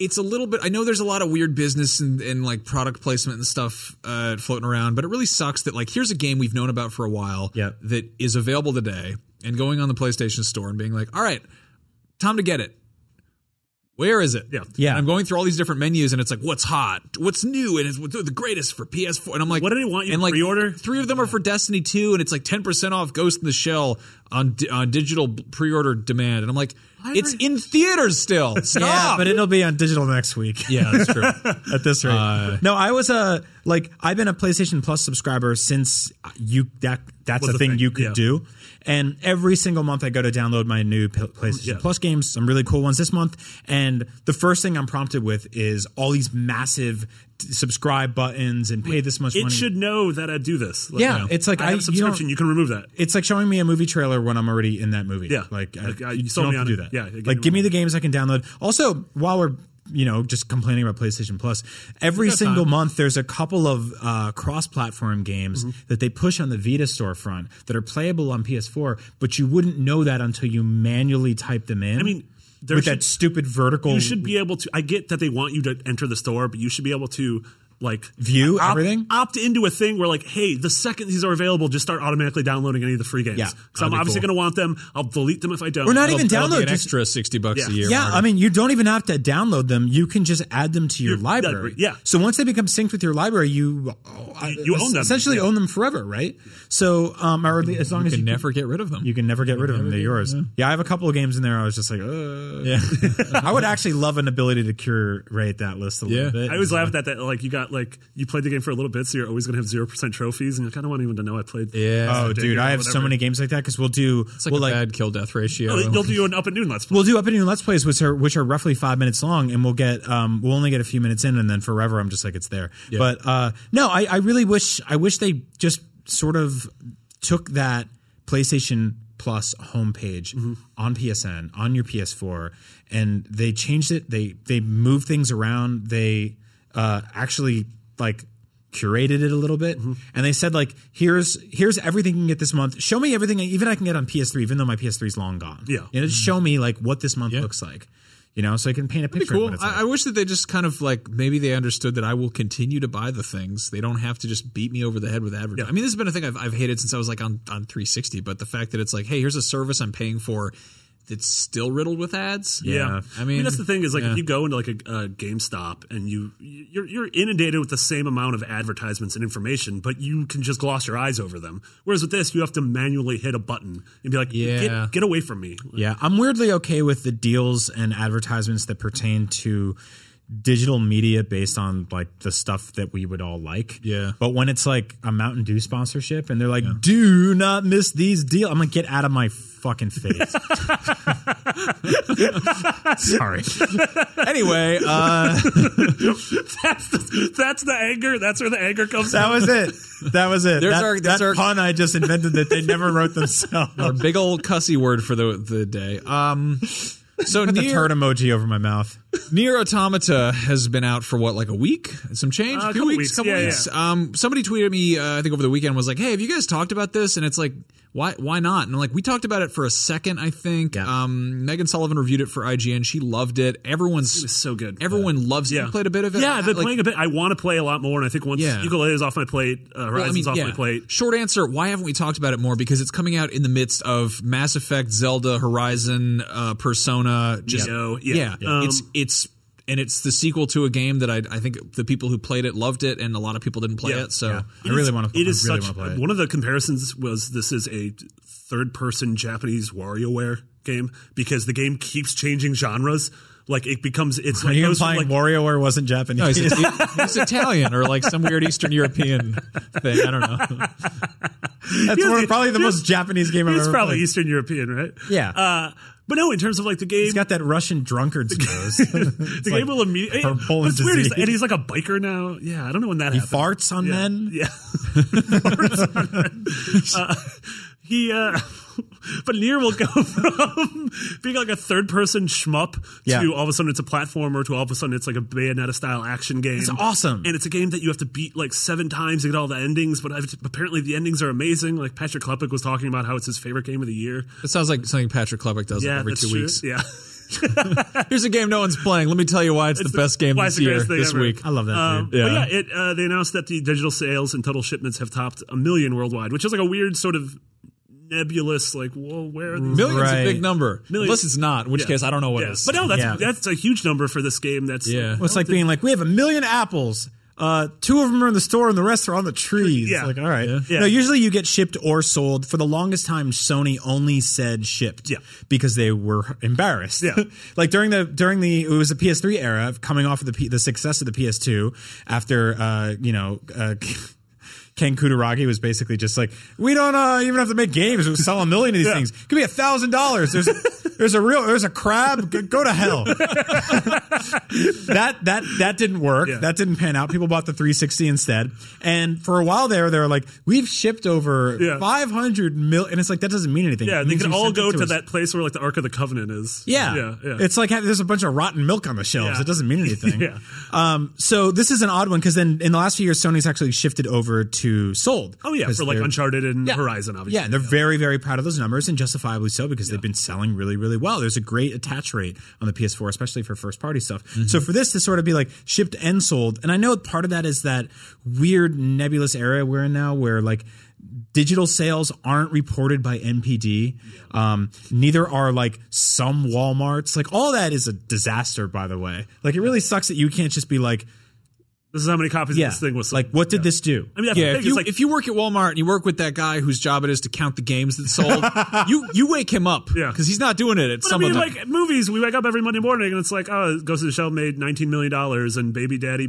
it's a little bit. I know there's a lot of weird business and, and like product placement and stuff uh, floating around, but it really sucks that like here's a game we've known about for a while Yeah. that is available today, and going on the PlayStation Store and being like, all right, time to get it. Where is it? Yeah. Yeah. And I'm going through all these different menus, and it's like, what's hot, what's new, and it's what's the greatest for PS4. And I'm like, What do they want you and to like pre-order? Three of them are for Destiny 2, and it's like 10% off Ghost in the Shell on di- on digital pre order demand. And I'm like, it's in theaters still. *laughs* Stop. Yeah, but it'll be on digital next week. yeah, that's true. *laughs* at this rate. no, I was a like I've been a PlayStation Plus subscriber since you that that's a the thing, thing, you could yeah. do. And every single month I go to download my new P- PlayStation Plus games, some really cool ones this month, and the first thing I'm prompted with is all these massive t- subscribe buttons and pay this much It money. should know that I do this. Like, Yeah, you know, it's like I I- have a you subscription. don't- You, can remove that. it's like showing me a movie trailer when I'm already in that movie. Yeah. like, Like, I, uh, you you sold don't me have to do on that. it. Yeah, again, like give me the games I can download. Also, while we're you know just complaining about PlayStation Plus, every single month there's a couple of uh, cross-platform games Mm-hmm. that they push on the Vita storefront that are playable on PS4, but you wouldn't know that until you manually type them in. I mean, there with should- that stupid vertical. You should be able to. I get that they want you to enter the store, but you should be able to like View op- everything? opt into a thing where like, hey, the second these are available, just start automatically downloading any of the free games. Yeah, because I'm that'd be obviously cool. going to want them. I'll delete them if I don't. Or not I'll- even That'll be download. an Just, extra sixty bucks Yeah. a year. yeah, I mean, you don't even have to download them. You can just add them to your, Your library. library, yeah. So once they become synced with your library, you oh, you own them, Essentially, yeah. own them forever, right? So, um, or as long you as can you never get rid of them. You can never get rid of them. They're yours. Yeah. I have a couple of games in there. I was just like, uh. yeah. *laughs* I would actually love an ability to curate that list a little Yeah. bit. I always laugh at that, that. Like you got like you played the game for a little bit, so you're always going to have zero percent trophies, and you kind of want even to know I played. yeah, Oh, dude, I have so many games like that because we'll do it's like we'll a like bad kill death ratio. Oh, They'll do an up and noon let's play. we'll do up and down let's plays, which are which are roughly five minutes long, and we'll get um we'll only get a few minutes in, and then forever I'm just like it's there. But uh no, I I really wish I wish they just sort of took that PlayStation Plus homepage on PSN on your PS4, and they changed it. They they moved things around. They uh actually like curated it a little bit Mm-hmm. and they said like here's here's everything you can get this month show me everything even i can get on ps3 even though my ps3 is long gone Yeah. you know, just show me like what this month looks like, you know, so I can paint a Mm-hmm. That'd picture. be of cool. what it's like. I, I wish that they just kind of like maybe they understood that I will continue to buy the things. They don't have to just beat me over the head with advertising. I mean, this has been a thing I've, I've hated since I was like on on 360. But the fact that it's like, hey, here's a service I'm paying for that's still riddled with ads. Yeah, I mean, that's the thing is like if you go into like a, a GameStop and you you're, you're inundated with the same amount of advertisements and information, but you can just gloss your eyes over them. Whereas with this, you have to manually hit a button and be like, Yeah. get, get away from me. Like, yeah, I'm weirdly okay with the deals and advertisements that pertain to digital media based on like the stuff that we would all like. Yeah. But when it's like a Mountain Dew sponsorship and they're like, do not miss these deals, I'm like, get out of my *laughs* fucking face. *laughs* Sorry. anyway, uh, That's the, that's the anger. That's where the anger comes. That out. was it. That was it. There's that our- there's that our- pun I just invented that they never wrote themselves. our big old cussy word for the the day. Um, so Put the near turd emoji over my mouth. Near Automata has been out for what, like a week? Some change, Uh, a a few couple weeks, weeks, couple yeah, weeks. Um, somebody tweeted me, uh, I think over the weekend, was like, "Hey, have you guys talked about this?" And it's like, why, why not? And I'm like, we talked about it for a second, I think. Yeah. Um, Megan Sullivan reviewed it for IGN. She loved it. Everyone's was so good. Everyone loves it. Yeah. You played a bit of it. Yeah, I've been Like, playing a bit. I want to play a lot more, and I think once Yeah. Ukulele is off my plate, uh, well, I Horizon's mean, off yeah. my plate. Short answer: Why haven't we talked about it more? Because it's coming out in the midst of Mass Effect, Zelda, Horizon, uh, Persona. Just Yo, yeah. yeah, Yeah. it's Um, it's and it's the sequel to a game that I I think the people who played it loved it, and a lot of people didn't play Yeah. it. So *laughs* I really want to. It is I really such want to play it. one of the comparisons was this is a third person Japanese WarioWare game because the game keeps changing genres. Like it becomes it's *laughs* Are like you goes from, implying like, WarioWare wasn't Japanese? No, it's, it's- it's Italian or like some weird Eastern European thing. I don't know. That's Yeah, one of it- probably the yeah. most Japanese game I've it's ever probably played. Eastern European, right? Yeah. Uh, but no, in terms of like the game, He's got that Russian drunkard's *laughs* nose. the game will immediately. for It's Poland weird, he's, disease. and he's like a biker now. Yeah, I don't know when that he happened. farts on Yeah. men. Yeah. Uh, he, uh, but Nier will go *laughs* from being like a third person shmup Yeah. to all of a sudden it's a platformer to all of a sudden it's like a Bayonetta style action game. It's awesome. And it's a game that you have to beat like seven times to get all the endings, but I've, apparently the endings are amazing. Like Patrick Klepek was talking about how it's his favorite game of the year. It sounds like something Patrick Klubik does like, Yeah, every that's two true. weeks. Yeah. Here's a game no one's playing. Let me tell you why it's, the best game why this it's the year, greatest thing this ever. week. I love that. Um, dude. but yeah, it, uh, they announced that the digital sales and total shipments have topped a million worldwide, which is like a weird sort of nebulous, like, well, where are these? Millions is a Right. big number. Millions. Unless it's not, in which Yeah. case I don't know what Yeah. it is. But no, that's Yeah. that's a huge number for this game. That's Yeah. Well, it's like being like, we have a million apples. Uh, two of them are in the store, and the rest are on the trees. Yeah. Like, all right. Yeah. No, usually you get shipped or sold. For the longest time, Sony only said shipped. Yeah. Because they were embarrassed. Yeah. *laughs* like during the during the it was the PS3 era, coming off of the P, the success of the PS2 after uh, you know. Uh, *laughs* Ken Kutaragi was basically just like, we don't uh, even have to make games. We'll sell a million of these Yeah. things. Give me a thousand dollars. There's there's a real there's a crab. Go- Go to hell that that that didn't work. Yeah. That didn't pan out. People bought the 360 instead. And for a while there, they were like, "We've shipped over Yeah. 500 mil," and it's like that doesn't mean anything. yeah. It They means can you all sent it go to, us. that place where like the Ark of the Covenant is. Yeah. yeah, yeah. It's like there's a bunch of rotten milk on the shelves. Yeah. *laughs* It doesn't mean anything. Yeah. Um, so this is an odd one because then in the last few years, Sony's actually shifted over to sold. Oh yeah, 'Cause for like they're- Uncharted and Yeah. Horizon, obviously. Yeah, and they're very, very proud of those numbers, and justifiably so because they've been selling really, really well. There's a great attach rate on the PS4, especially for first party stuff. Mm-hmm. So for this to sort of be like shipped and sold, and I know part of that is that weird nebulous area we're in now where like digital sales aren't reported by NPD. Um, neither are like some Walmarts. Like all that is a disaster, by the way. Like it really sucks that you can't just be like, This is how many copies yeah, of this thing was. sold. like what did this do? I mean, that's the Yeah, thing. if It's you, like if you work at Walmart and you work with that guy whose job it is to count the games that *laughs* sold, you you wake him up Yeah. because he's not doing it at But some I mean, of them. like movies, we wake up every Monday morning and it's like, oh, Ghost in the Shell made nineteen million dollars, and Baby Daddy,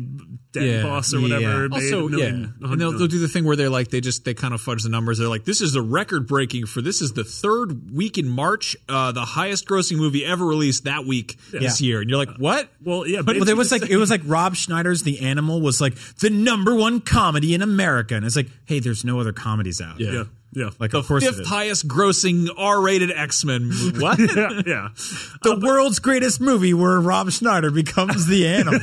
Daddy Yeah. Boss or Yeah. whatever. made also, a yeah, million, a hundred and they'll, they'll million. do the thing where they're like they just they kind of fudge the numbers. They're like, this is the record breaking for this is the third week in March, uh, the highest grossing movie ever released that week this year, and you're like, what? Uh, well, yeah, But, Baby- there was like it was like Rob Schneider's The Animal was like the number one comedy in America, and it's like, hey, there's no other comedies out. yeah, yeah, like of course, it Fifth is. highest grossing R-rated X-Men. *laughs* movie. What? *laughs* *laughs* yeah, yeah. the world's greatest movie where Rob Schneider becomes the animal.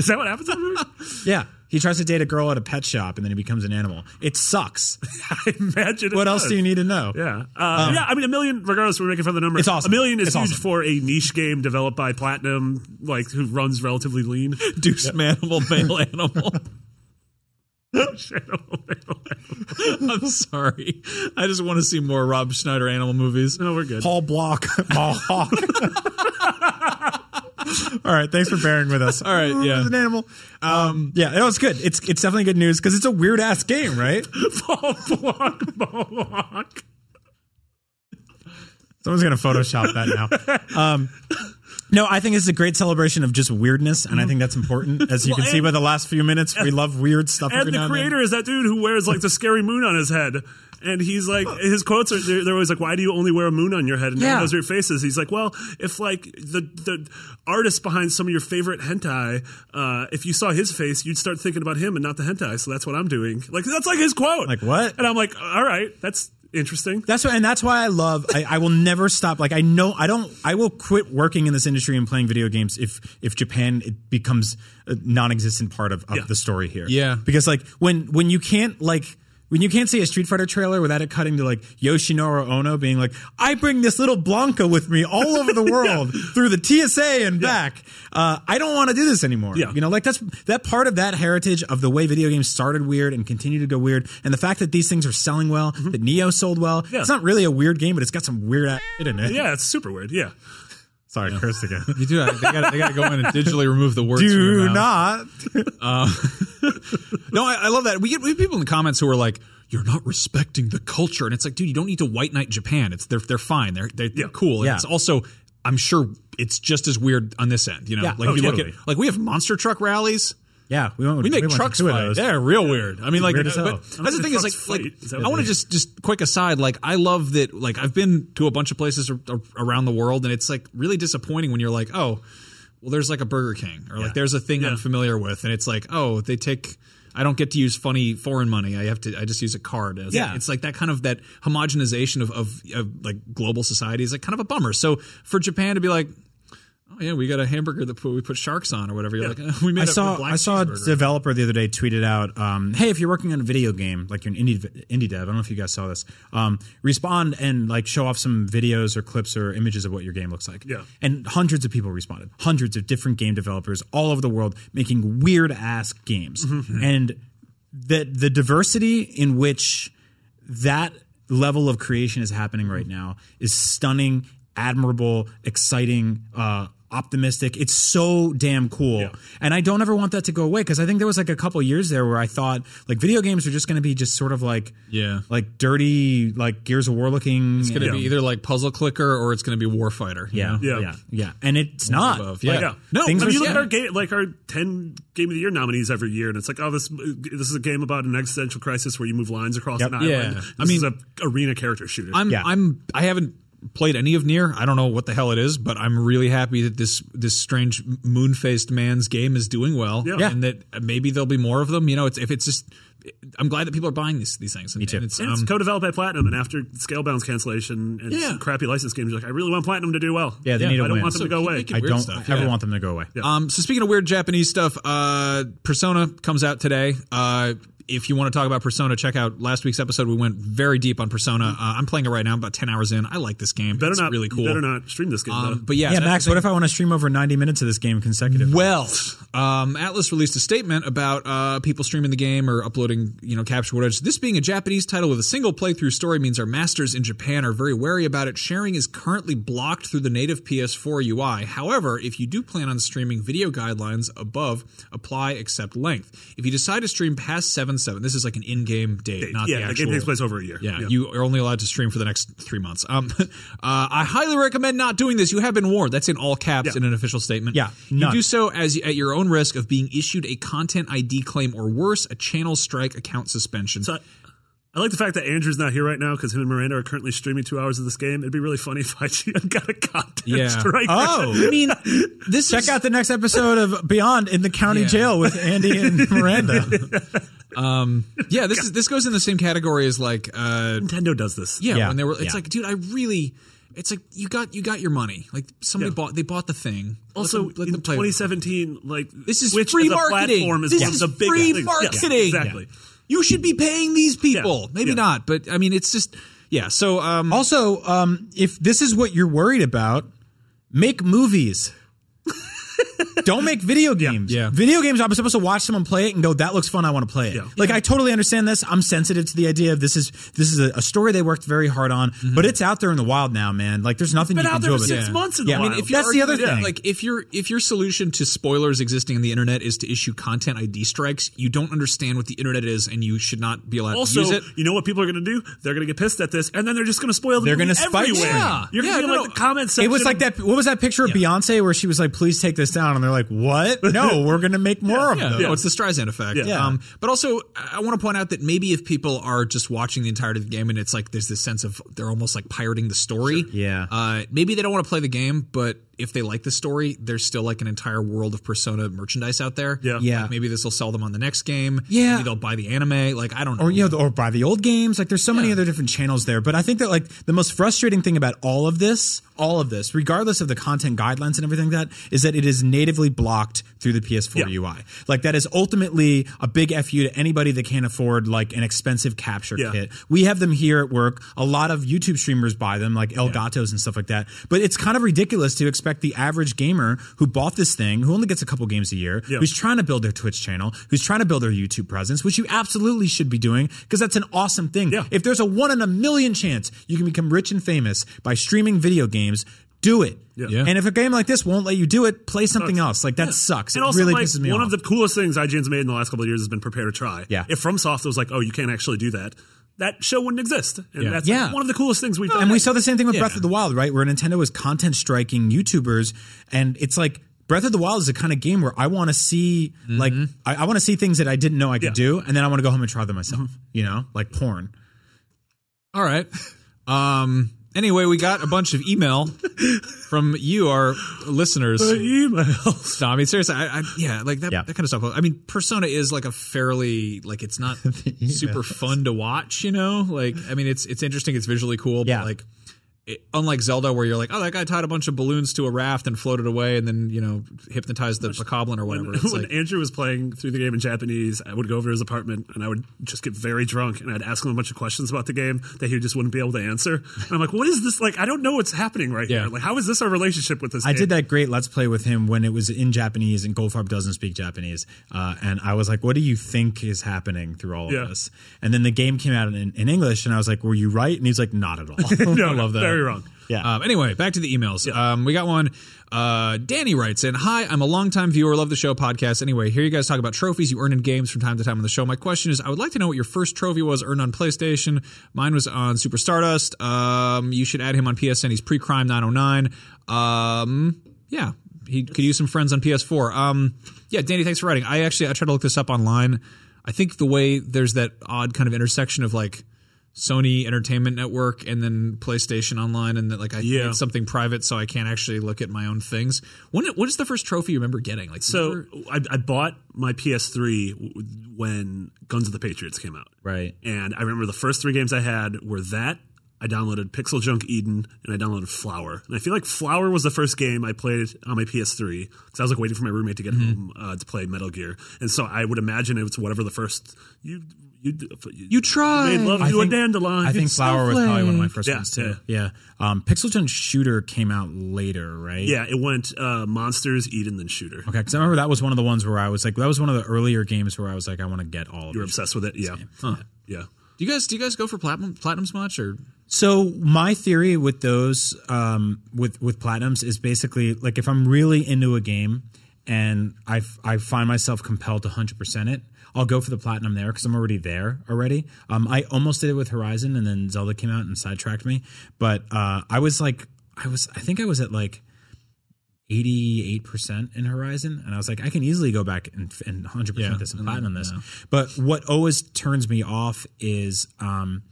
Is that what happens? in the movie? yeah, he tries to date a girl at a pet shop, and then he becomes an animal. It sucks. I *laughs* imagine. it What else does. do you need to know? Yeah, uh, yeah. I mean, a million. Regardless, we're making fun of the number. It's awesome. A million is It's huge awesome. for a niche game developed by Platinum, like who runs relatively *laughs* lean. Deuce manimal, *laughs* male animal. I'm sorry. I just want to see more Rob Schneider animal movies. no, we're good. Paul Block, *laughs* Paul Hawk. All right, thanks for bearing with us. All right, yeah. an animal. Um, yeah, no, it's good. It's it's definitely good news because it's a weird ass game, right? Paul Block, Paul Block. Someone's gonna Photoshop that now. Um, no, I think it's a great celebration of just weirdness, and I think that's important. As you can Well, see and- by the last few minutes, we love weird stuff. every and now the then. creator is that dude who wears like the scary moon on his head. And he's like, his quotes are they're, they're always like, "Why do you only wear a moon on your head?" And Yeah. those weird faces. He's like, "Well, if like the the artist behind some of your favorite hentai, uh, if you saw his face, you'd start thinking about him and not the hentai." So that's what I'm doing. Like that's like his quote. Like, what? And I'm like, all right, that's interesting. That's why, and that's why I love. I, I will never stop. Like I know, I don't. I will quit working in this industry and playing video games if if Japan it becomes a non-existent part of, of Yeah. the story here. Yeah. because like when when you can't like. When you can't see a Street Fighter trailer without it cutting to like Yoshinori Ono being like, "I bring this little Blanca with me all *laughs* over the world through the TSA and back." Uh, I don't want to do this anymore. Yeah. You know, like that's that part of that heritage of the way video games started weird and continue to go weird, and the fact that these things are selling well, that Neo sold well. Yeah. It's not really a weird game, but it's got some weird ass shit in it. yeah, it's super weird. Yeah, *laughs* Sorry, cursed again. You do. They got to go in and digitally remove the words. from your Do mouth. not. No, I, I love that. We get, we get people in the comments who are like, "You're not respecting the culture," and it's like, dude, you don't need to white knight Japan. It's they're they're fine. They're they're, they're cool. And Yeah. It's also. I'm sure it's just as weird on this end, you know. Yeah. Like Oh, if you totally. look at, like we have monster truck rallies. Yeah, we won't. We make went to trucks two of fly. those. They're real weird. I mean, like, Weird as but hell. that's the thing is, Trucks like, like fight. Is that I what want they- to just just quick aside. Like, I love that. Like, I've been to a bunch of places ar- ar- around the world, and it's like really disappointing when you're like, oh, well, there's like a Burger King, or like there's a thing I'm familiar with, and it's like, oh, they take. I don't get to use funny foreign money. I have to. I just use a card. It's Yeah. like, it's like that kind of that homogenization of, of of like global society is like kind of a bummer. So for Japan to be like. Oh yeah, we got a hamburger that put, we put sharks on or whatever. You're like, *laughs* we made a- I a saw black I saw a cheeseburger. developer the other day tweeted out, um, "Hey, if you're working on a video game, like you're an indie indie dev, I don't know if you guys saw this, um, respond and like show off some videos or clips or images of what your game looks like." Yeah. and hundreds of people responded, hundreds of different game developers all over the world making weird ass games, Mm-hmm. and that the diversity in which that level of creation is happening right Mm-hmm. now is stunning, admirable, exciting, uh, optimistic. It's so damn cool. And I don't ever want that to go away because I think there was like a couple years there where I thought like video games are just going to be just sort of like Yeah. like dirty like Gears of War looking. It's going to be either like Puzzle Clicker or it's going to be Warfighter. you yeah, know? yeah, yeah, Yeah. yeah. And it's not. above. Like, Yeah. Yeah. No, Things I are mean, you look at yeah. our game, like our ten game of the year nominees every year, and it's like, oh, this this is a game about an existential crisis where you move lines across an island. Yeah. This I mean- is a arena character shooter. I'm, Yeah. I'm, I haven't played any of Near. I don't know what the hell it is, but I'm really happy that this this strange moon faced man's game is doing well. Yeah. and that maybe there'll be more of them. You know, it's if it's just I'm glad that people are buying these these things. And, Me too. And it's, And it's um, co-developed by Platinum, and after Scalebound's cancellation and Yeah. some crappy license games, you're like, I really want Platinum to do well. Yeah, they need I a don't win. want them to go So away. keep making- I weird don't stuff, ever yeah. want them to go away. Um, so speaking of weird Japanese stuff, uh, Persona comes out today. Uh, if you want to talk about Persona, check out last week's episode. We went very deep on Persona. Uh, I'm playing it right now. I'm about ten hours in. I like this game. Better it's not, really cool. Better not uh, stream this game. Um, though. but yeah, yeah, so that's Max, what if I want to stream over 90 minutes of this game consecutively? Well, um, Atlas released a statement about uh, people streaming the game or uploading, you know, capture footage. This being a Japanese title with a single playthrough story means our masters in Japan are very wary about it. Sharing is currently blocked through the native PS4 UI. However, if you do plan on streaming, video guidelines above apply except length. If you decide to stream past seven seven, this is like an in-game date, not yeah, the the actual. game takes place over a year. Yeah, you are only allowed to stream for the next three months. Um, *laughs* uh, I highly recommend not doing this. You have been warned. That's in all caps in an official statement. Yeah, you none. do so as at your own risk of being issued a content ID claim or worse, a channel strike, account suspension. So I, I like the fact that Andrew's not here right now because him and Miranda are currently streaming two hours of this game. It'd be really funny *laughs* if I got a content Yeah. strike. Oh. I mean, this Check is, out the next episode of Beyond in the County Yeah. Jail with Andy *laughs* and Miranda. *laughs* yeah. This is this goes in the same category as like uh, *laughs* Nintendo does this. Yeah, Yeah, when they were, it's yeah. like, dude, I really, it's like you got you got your money. Like somebody Yeah. bought they bought the thing. Let Also, them- let in them play with it. 2017, like This is Switch free as a marketing. Platform is this one of is the biggest free things. Yeah, marketing. exactly. You should be paying these people. Yeah. Maybe Yeah. not, but I mean, it's just yeah. So um, Also, um, if this is what you're worried about, *laughs* make movies. Don't make video games. Yeah. Video games, I'm supposed to watch someone play it and go, that looks fun, I want to play it. Yeah. Like I totally understand this. I'm sensitive to the idea of this is this is a, a story they worked very hard on, but it's out there in the wild now, man. Like there's nothing Mm-hmm. Been out you can there do for about six it. months in Yeah. the I mean, wild. if that's the other Yeah. thing. like if your if your solution to spoilers existing on the internet is to issue content ID strikes, you don't understand what the internet is, and you should not be allowed Also, to use it. you know what people are going to do? They're going to get pissed at this, and then they're just going to spoil. The They're going gonna to spike everywhere. it. Yeah. You're going Yeah, to be no, like no. the comment section. It was like that. What was that picture of Beyonce where she was like, "Please take this down," and they're like, *laughs* "What? No, we're gonna make more of Yeah, them." no, it's the Streisand effect. Yeah. Um, but also, I I want to point out that maybe if people are just watching the entirety of the game and it's like there's this sense of they're almost like pirating the story. Um, Yeah. Uh, maybe they don't want to play the game, but if they like the story, there's still like an entire world of Persona merchandise out there. Yeah. Yeah. Like, maybe this will sell them on the next game. Yeah. Maybe they'll buy the anime. Like I don't know. or you know, or buy the old games. Like there's so many Yeah. other different channels there. But I think that like the most frustrating thing about all of this, all of this, regardless of the content guidelines and everything like that, is that it is natively blocked through the PS4 Yeah. UI. Like that is ultimately a big fu to anybody that can't afford like an expensive capture Yeah. kit. We have them here at work. A lot of YouTube streamers buy them, like Elgatos and stuff like that. But it's kind of ridiculous to expect the average gamer who bought this thing, who only gets a couple games a year, Yeah. who's trying to build their Twitch channel, who's trying to build their YouTube presence, which you absolutely should be doing because that's an awesome thing. Yeah. If there's a one in a million chance you can become rich and famous by streaming video games, do it. Yeah. And if a game like this won't let you do it, play something else. Like that sucks. And it also, really like, pisses me one off. of the coolest things IGN's made in the last couple of years has been prepare to try. Yeah. If FromSoft was like, oh, you can't actually do that, that show wouldn't exist. And that's like, Yeah. one of the coolest things we've done. And we saw the same thing with Breath of the Wild, right? Where Nintendo was content striking YouTubers, and it's like Breath of the Wild is the kind of game where I want to see like Mm-hmm. I, I want to see things that I didn't know I could Yeah. do, and then I want to go home and try them myself. You know, like porn. Mm-hmm. All right. Um. Anyway, we got a bunch of email from you, our listeners. emails. No, I mean seriously. I, I yeah, like that, Yeah. that kind of stuff. I mean, Persona is like a fairly like it's *laughs* not super fun to watch. You know, like I mean, it's it's interesting. It's visually cool. Yeah. But like, it, unlike Zelda, where you're like, oh, that guy tied a bunch of balloons to a raft and floated away, and then you know hypnotized the bokoblin or whatever. *laughs* When, *laughs* It's when like, Andrew was playing through the game in Japanese, I would go over to his apartment and I would just get very drunk and I'd ask him a bunch of questions about the game that he just wouldn't be able to answer. And I'm like, what is this? Like, I don't know what's happening right Yeah. here. Like, how is this our relationship with this I game? did eh. that great Let's Play with him when it was in Japanese, and Goldfarb doesn't speak Japanese, uh, and I was like, "What do you think is happening through all of Yeah. this?" And then the game came out in, in English, and I was like, "Were you right?" And he's like, *laughs* "Not at all." *laughs* No, I love that. Very wrong. yeah. Um, anyway, back to the emails. Um, we got one. Uh, Danny writes in, "Hi, I'm a longtime viewer. Love the show podcast. Anyway, here you guys talk about trophies you earn in games from time to time on the show. My question is, I would like to know what your first trophy was earned on PlayStation. Mine was on Super Stardust. Um, you should add him on PSN. He's pre crime 909. Um, yeah, he could use some friends on PS4. Um, yeah, Danny, thanks for writing. I actually I tried to look this up online. I think the way there's that odd kind of intersection of like." Sony Entertainment Network and then PlayStation Online, and that like I Yeah. it's something private, so I can't actually look at my own things. When what is the first trophy you remember getting? Like So remember- I, I bought my PS3 w- when Guns of the Patriots came out. Right. And I remember the first three games I had were that. I downloaded Pixel Junk Eden and I downloaded Flower. And I feel like Flower was the first game I played on my PS3 because I was like waiting for my roommate to get Mm-hmm. home uh, to play Metal Gear. And so I would imagine it was whatever the first you you You try. made love I you a think- dandelion. I think Flower was probably one of my first Yeah, ones too. Yeah. Um, Pixel Junk Shooter came out later, *laughs* right? Yeah, it went uh, Monsters, Eden, then Shooter. Okay, because I remember that was one of the ones where I was like, that was one of the earlier games where I was like, I want to get all of You're it. obsessed with it. Yeah. Huh. Yeah. Do you guys do you guys go for platinum platinums much or So my theory with those um, with with platinums is basically like if I'm really into a game and I f- I find myself compelled to hundred percent it, I'll go for the platinum there because I'm already there already. Um, I almost did it with Horizon and then Zelda came out and sidetracked me, but uh, I was like I was I think I was at like. 88% in Horizon. And I was like, I can easily go back and, and 100% this and platinum this. But what always turns me off is um,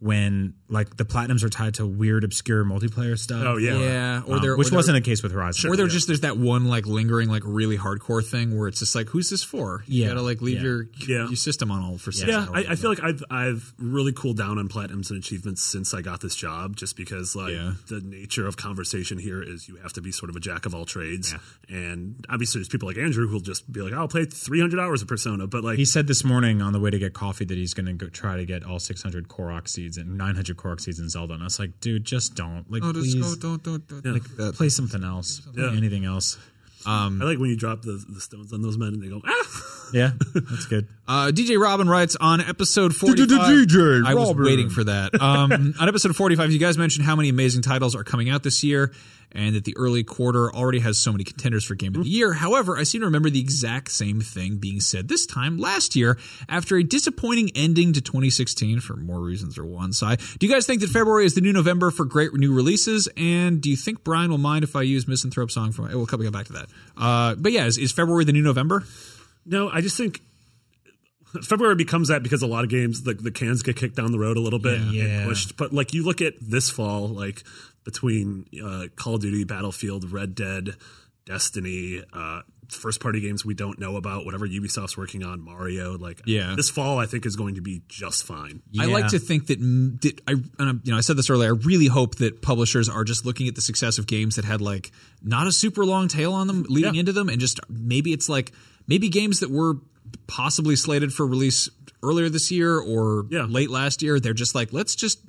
when like the platinums are tied to weird, obscure multiplayer stuff. Oh yeah. or Um, there which or there- wasn't the case with Horizon. or there just there's that one like lingering like really hardcore thing where it's just like who's this for? You Yeah. gotta like leave Yeah. your Yeah. your system on hold for six Yeah, hours. I, I feel like I've I've really cooled down on platinums and achievements since I got this job, just because like the nature of conversation here is you have to be sort of a jack of all trades, and obviously there's people like Andrew who'll just be like, I'll play 300 hours of Persona, but like He said this morning on the way to get coffee that he's going to go try to get all 600 Korok seeds and 900 Korok seeds in Zelda. And I was like, dude, just don't. Like, Oh, just please go, don't, don't, don't, like that. play something else. Play Yeah. anything else. I like when you drop the, the stones on those men and they go ah. *laughs* Yeah, that's good. Uh, DJ Robin writes on episode 45. DJ I was Robin. waiting for that. Um, on episode 45, you guys mentioned how many amazing titles are coming out this year and that the early quarter already has so many contenders for Game of the Year. However, I seem to remember the exact same thing being said this time last year after a disappointing ending to 2016 for more reasons or one side. Do you guys think that February is the new November for great new releases? And do you think Brian will mind if I use Misanthrope Song for my. We'll come back to that. Uh, but yeah, is, is February the new November? No, I just think February becomes that because a lot of games the, the cans get kicked down the road a little bit Yeah. and pushed. But like you look at this fall, like between uh, Call of Duty, Battlefield, Red Dead, Destiny, uh, first party games we don't know about, whatever Ubisoft's working on, Mario, like Yeah. this fall I think is going to be just fine. I Yeah. like to think that, mm, that I, and I, you know, I said this earlier. I really hope that publishers are just looking at the success of games that had like not a super long tail on them leading into them, and just maybe it's like maybe games that were possibly slated for release earlier this year or Yeah. late last year. They're just like, let's just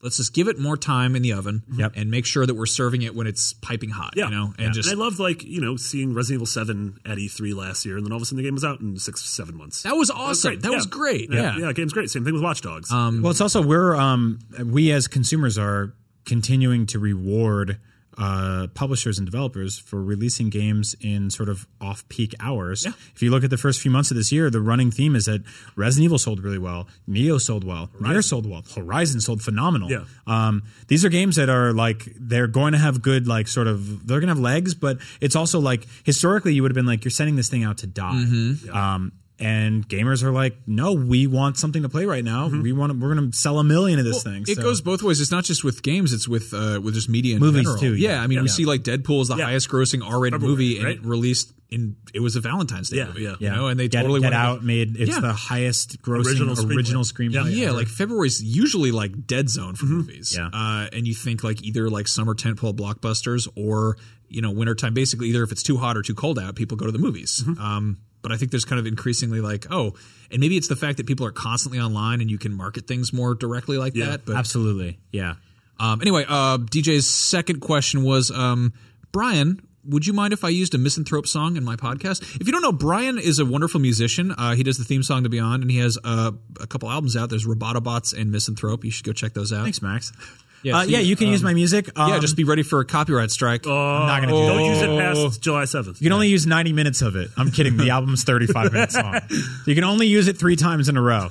let's just give it more time in the oven Yep. and make sure that we're serving it when it's piping hot. Yeah, you know, and Yeah. just I love like you know seeing Resident Evil Seven at E3 last year, and then all of a sudden the game was out in six seven months. that was awesome. That was great. Yeah. yeah, game's great. Same thing with Watch Dogs. Well, it's also we're um, we as consumers are continuing to reward uh, publishers and developers for releasing games in sort of off-peak hours. If you look at the first few months of this year, the running theme is that Resident Evil sold really well, Neo sold well, Nier sold well, Horizon sold phenomenal. Yeah. Um, these are games that are like they're going to have good like sort of they're going to have legs, but it's also like historically you would have been like you're sending this thing out to die. Um, and gamers are like, no, we want something to play right now. We want we're going to sell a million of this thing. It so. goes both ways. It's not just with games; it's with uh, with just media, in Movies, general. too, Yeah, yeah. I mean, we see like Deadpool is the Yeah. highest grossing R-rated February, movie, and right? it released in it was a Valentine's Day Yeah, movie. yeah. You know, and they Get, totally Get went out made it's Yeah. the highest grossing Original original screenplay. screenplay. Mm-hmm. Yeah, like February's usually like dead zone for movies. Yeah. Uh, and you think like either like summer tentpole blockbusters or you know wintertime. Basically, either if it's too hot or too cold out, people go to the movies. Mm-hmm. Um, but I think there's kind of increasingly like oh, and maybe it's the fact that people are constantly online and you can market things more directly like that. But absolutely, yeah. Um, anyway, uh, DJ's second question was um, Brian. Would you mind if I used a misanthrope song in my podcast? If you don't know, Brian is a wonderful musician. Uh, he does the theme song to Beyond, and he has uh, a couple albums out. There's Robotobots and Misanthrope. You should go check those out. Thanks, Max. Yeah, Yeah, uh, so yeah, you- you can use my music. Um, Yeah, just be ready for a copyright strike. I'm not going to do that. Don't use it Oh. past July seventh. You can only use 90 minutes of it. I'm kidding. The album's 35 minutes long. You can only use it three times in a row.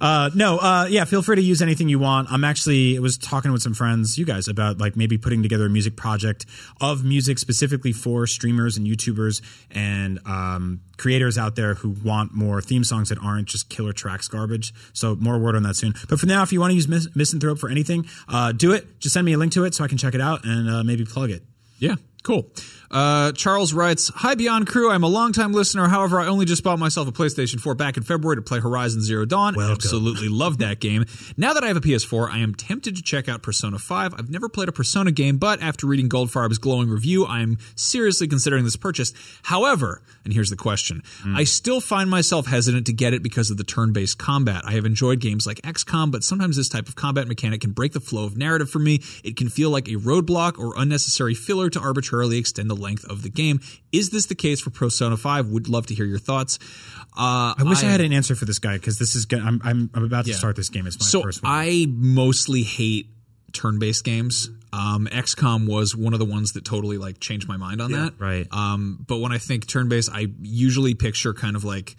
Uh, no, uh, yeah, feel free to use anything you want. I'm actually, I was talking with some friends, you guys, about like maybe putting together a music project of music specifically for streamers and YouTubers and um, creators out there who want more theme songs that aren't just killer tracks garbage. So more word on that soon. But for now, if you want to use Mis- Misanthrope for anything, uh, do it. Just send me a link to it so I can check it out and uh, maybe plug it. Yeah, Cool. Uh, Charles writes, "Hi Beyond Crew. I'm a longtime listener. However, I only just bought myself a PlayStation 4 back in February to play Horizon Zero Dawn. Absolutely loved that game. Now that I have a PS4, I am tempted to check out Persona 5. I've never played a Persona game, but after reading Goldfarb's glowing review, I am seriously considering this purchase. However, and here's the question: I still find myself hesitant to get it because of the turn-based combat. I have enjoyed games like XCOM, but sometimes this type of combat mechanic can break the flow of narrative for me. It can feel like a roadblock or unnecessary filler to arbitrarily extend the length of the game. Is this the case for Persona 5? Would love to hear your thoughts. Uh, I wish I, had an answer for this guy because this is. go- I'm I'm, I'm about to Yeah. start this game. It's my so first one. I mostly hate turn-based games. Um, XCOM was one of the ones that totally like changed my mind on that. right. Um, but when I think turn-based, I usually picture kind of like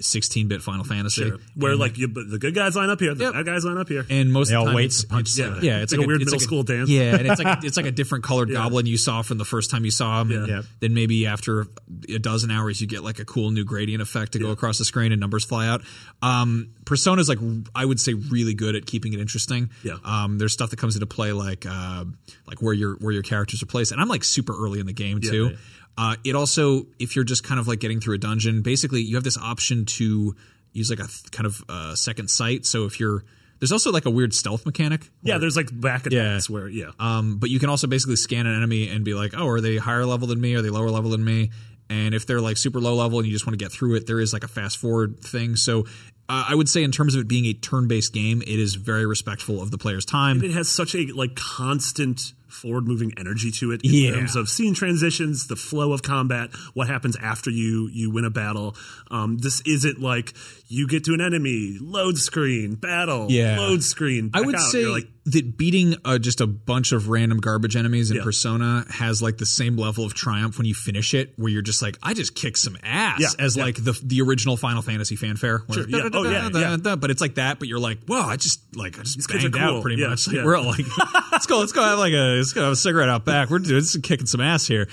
16-bit Final Fantasy. Where like you, but the good guys line up here, the bad guys line up here. And most They of the all time wait it's- to punch it's- someone. Yeah, it's like, a weird it's middle like school dance. Yeah, and it's like it's like a different colored goblin you saw from the first time you saw him. and Yeah. Then maybe after a dozen hours, you get like a cool new gradient effect to go across the screen and numbers fly out. Um, Persona's like I would say really good at keeping it interesting. Yeah. Um, there's stuff that comes into play like uh, like where your where your characters are placed, and I'm like super early in the game too. Uh, it also, if you're just kind of like getting through a dungeon, basically you have this option to use like a th- kind of uh, second sight. So if you're there's also like a weird stealth mechanic Yeah, there's like back attacks where yeah, um, but you can also basically scan an enemy and be like, oh, are they higher level than me? Are they lower level than me? And if they're like super low level and you just want to get through it, there is like a fast forward thing. So uh, I would say, in terms of it being a turn based game, it is very respectful of the player's time. it has such a like constant forward moving energy to it in Yeah. terms of scene transitions, the flow of combat, what happens after you you win a battle. Um, this isn't like you get to an enemy, load screen, battle, Yeah. load screen. I back would out. say You're like that beating uh, just a bunch of random garbage enemies in Yeah. Persona has like the same level of triumph when you finish it, where you're just like, I just kicked some ass, Yeah, as yeah. like the the original Final Fantasy fanfare. where- Sure, yeah. Oh, *laughs* yeah, yeah. But it's like that, but you're like, wow, I just like I just kids are banged out cool. pretty Yeah, much. *laughs* Like, yeah. We're all like, let's go, let's go have like a let's go have a cigarette out back. We're doing just kicking some ass here.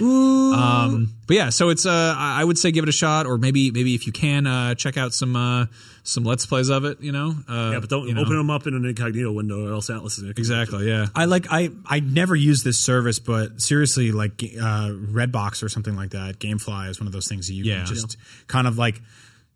Um, but yeah, so it's uh, I I would say give it a shot, or maybe maybe if you can uh, check out some uh, some let's plays of it. You know, uh, yeah, but don't you know. open them up in an incognito window, or else Atlas is exactly. Exactly. Yeah. I like I I never used this service, but seriously, like uh, Redbox or something like that, GameFly is one of those things that you Yeah. can just kind of like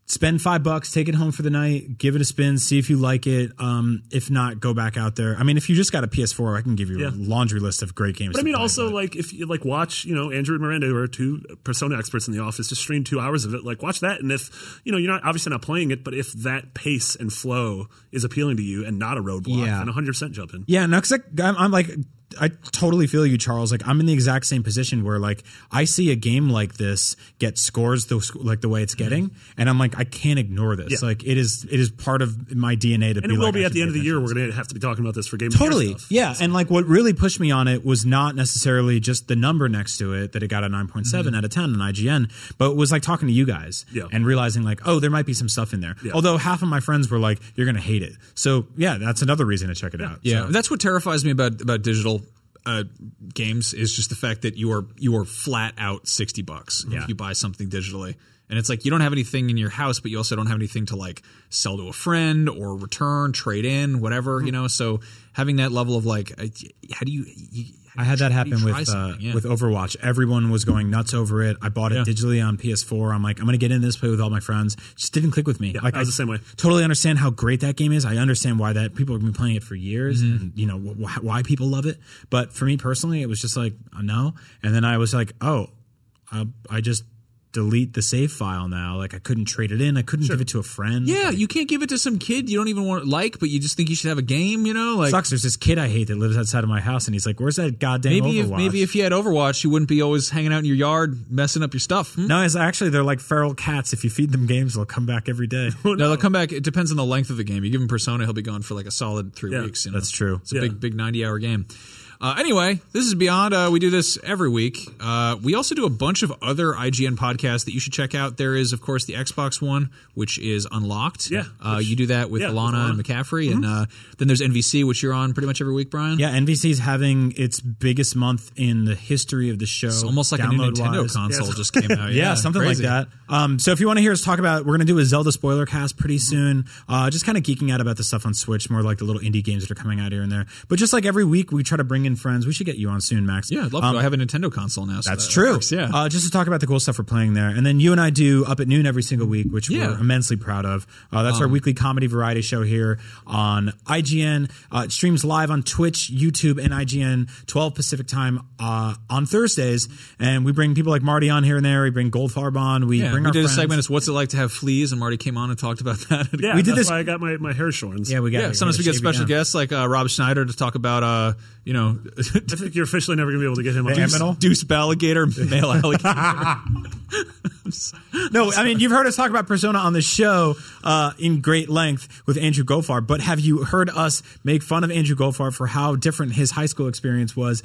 spend five bucks, take it home for the night, give it a spin, see if you like it. Um, if not, go back out there. I mean, if you just got a PS4, I can give you Yeah. a laundry list of great games. But I to mean, play, also but- like if you like watch, you know, Andrew and Miranda, who are two persona experts in the office, just stream two hours of it. Like watch that, and if you know you're not obviously not playing it, but if that pace and flow is appealing to you and not a roadblock, Yeah. then 100 percent jump in. Yeah, no, because I'm, I'm like, I totally feel you, Charles. Like, I'm in the exact same position where, like, I see a game like this get scores the sc- like the way it's getting, and I'm like, I can't ignore this. Mm-hmm. Yeah. Like, it is it is part of my DNA to And be. it will like, be I at the should end of pay the year. attention. We're going to have to be talking about this for game of the Year Totally, stuff. yeah, and like what really pushed me on it was not necessarily just the number next to it that it got a nine point seven out of ten on IGN, but was like talking to you guys Mm-hmm. Yeah. and realizing like, oh, there might be some stuff in there. Although half of my friends were like, you're gonna hate it, so yeah, that's another reason to check it out. Yeah, So- that's what terrifies me about about digital uh, games is just the fact that you are you are flat out sixty bucks Yeah. if you buy something digitally, and it's like you don't have anything in your house, but you also don't have anything to like sell to a friend or return, trade in, whatever you know. So having that level of like, uh, how do you? you how I do had that you- how do you happen try with uh, something? Yeah. with Overwatch. Everyone was going nuts over it. I bought it digitally on PS4. I'm like, I'm gonna get in this play with all my friends. Just didn't click with me. like I was the same way. Totally understand how great that game is. I understand why that people have been playing it for years, Mm-hmm. and you know wh- wh- why people love it. But for me personally, it was just like uh, no. And then I was like, oh, I, I just delete the save file now. Like I couldn't trade it in. I couldn't give it to a friend. yeah, you can't give it to some kid you don't even want like, but you just think you should have a game, you know? Like Sucks. There's this kid I hate that lives outside of my house, and he's like, "Where's that goddamn maybe Overwatch?" if maybe if you had Overwatch, you wouldn't be always hanging out in your yard messing up your stuff. hmm? No, it's actually they're like feral cats. If you feed them games, they'll come back *laughs* every day. No, they'll come back. It depends on the length of the game. You give him Persona, he'll be gone for like a solid three Yeah, weeks. You know? That's true. It's a big, big 90 hour game. Uh, anyway, this is Beyond. Uh, we do this every week. Uh, we also do a bunch of other IGN podcasts that you should check out. There is, of course, the Xbox one, which is unlocked. Yeah, Uh, you do that with yeah, with Alana and Alana. McCaffrey. And uh, then there's NVC, which you're on pretty much every week, Brian. Yeah, NBC's having its biggest month in the history of the show. It's almost like a new Nintendo download-wise. console just came *laughs* out. Yeah, something crazy. like that. Um, so if you want to hear us talk about, we're going to do a Zelda spoiler cast pretty Mm-hmm. soon. Uh, just kind of geeking out about the stuff on Switch, more like the little indie games that are coming out here and there. But just like every week, we try to bring and friends. We should get you on soon, Max. Yeah, I'd love Um, to. I have a Nintendo console now. So That's that true. works, yeah. Uh, just to talk about the cool stuff we're playing there. And then you and I do Up at Noon every single week, which Yeah. Um, we're immensely proud of. Uh, that's our weekly comedy variety show here on IGN. Uh, it streams live on Twitch, YouTube, and IGN, 12 Pacific time uh, on Thursdays. And we bring people like Marty on here and there. We bring Goldfarb on. We yeah, bring we our did friends. a segment. It's what's it like to have fleas, and Marty came on and talked about *laughs* that. Yeah, We did that's this- Why I got my, my hair shorns. yeah, we got Yeah, sometimes we get special guests like uh, Rob Schneider to talk about, uh, you know, *laughs* I think you're officially never going to be able to get him on. Aminal? Deuce Alligator, *laughs* male alligator. No, I mean you've heard us talk about Persona on the show uh, in great length with Andrew Gofar, but have you heard us make fun of Andrew Gofar for how different his high school experience was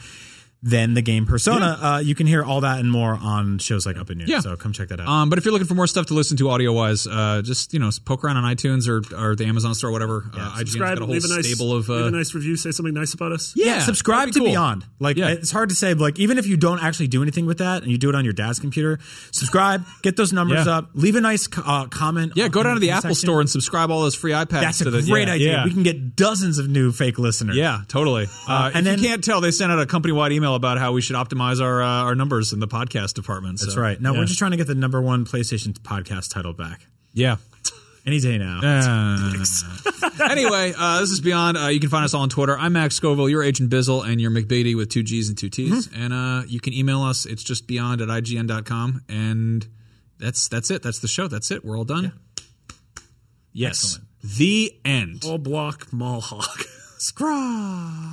than the game Persona? Uh, you can hear all that and more on shows like Up in Noon. Yeah. so come check that out. um, but if you're looking for more stuff to listen to audio wise, uh, just you know, poke around on iTunes or, or the Amazon store, or whatever. uh, IGN's Subscribe. got a whole leave a nice stable of. leave Uh, a nice review. Say something nice about us. yeah, yeah, subscribe that'd to be cool. Beyond. Like Yeah. it's hard to say, but like even if you don't actually do anything with that and you do it on your dad's computer, subscribe, get those numbers Yeah. up, leave a nice co- uh, comment. yeah, go on down to the comment Apple section. store and subscribe all those free iPads. That's to a the, great yeah, idea. Yeah. We can get dozens of new fake listeners. Yeah, totally. Uh, and and then- you can't tell, they sent out a company-wide email about how we should optimize our uh, our numbers in the podcast department. That's right. Now we're just trying to get the number one PlayStation podcast title back *laughs* yeah. any day now. Uh, *laughs* anyway, uh, this is Beyond. Uh, you can find us all on Twitter. I'm Max Scoville, your Agent Bizzle, and your McBady with two G's and two T's. And uh, you can email us. It's just beyond at ign.com. And that's that's it. That's the show. That's it. We're all done. Yes. The end. All block mall hawk. Scrawl.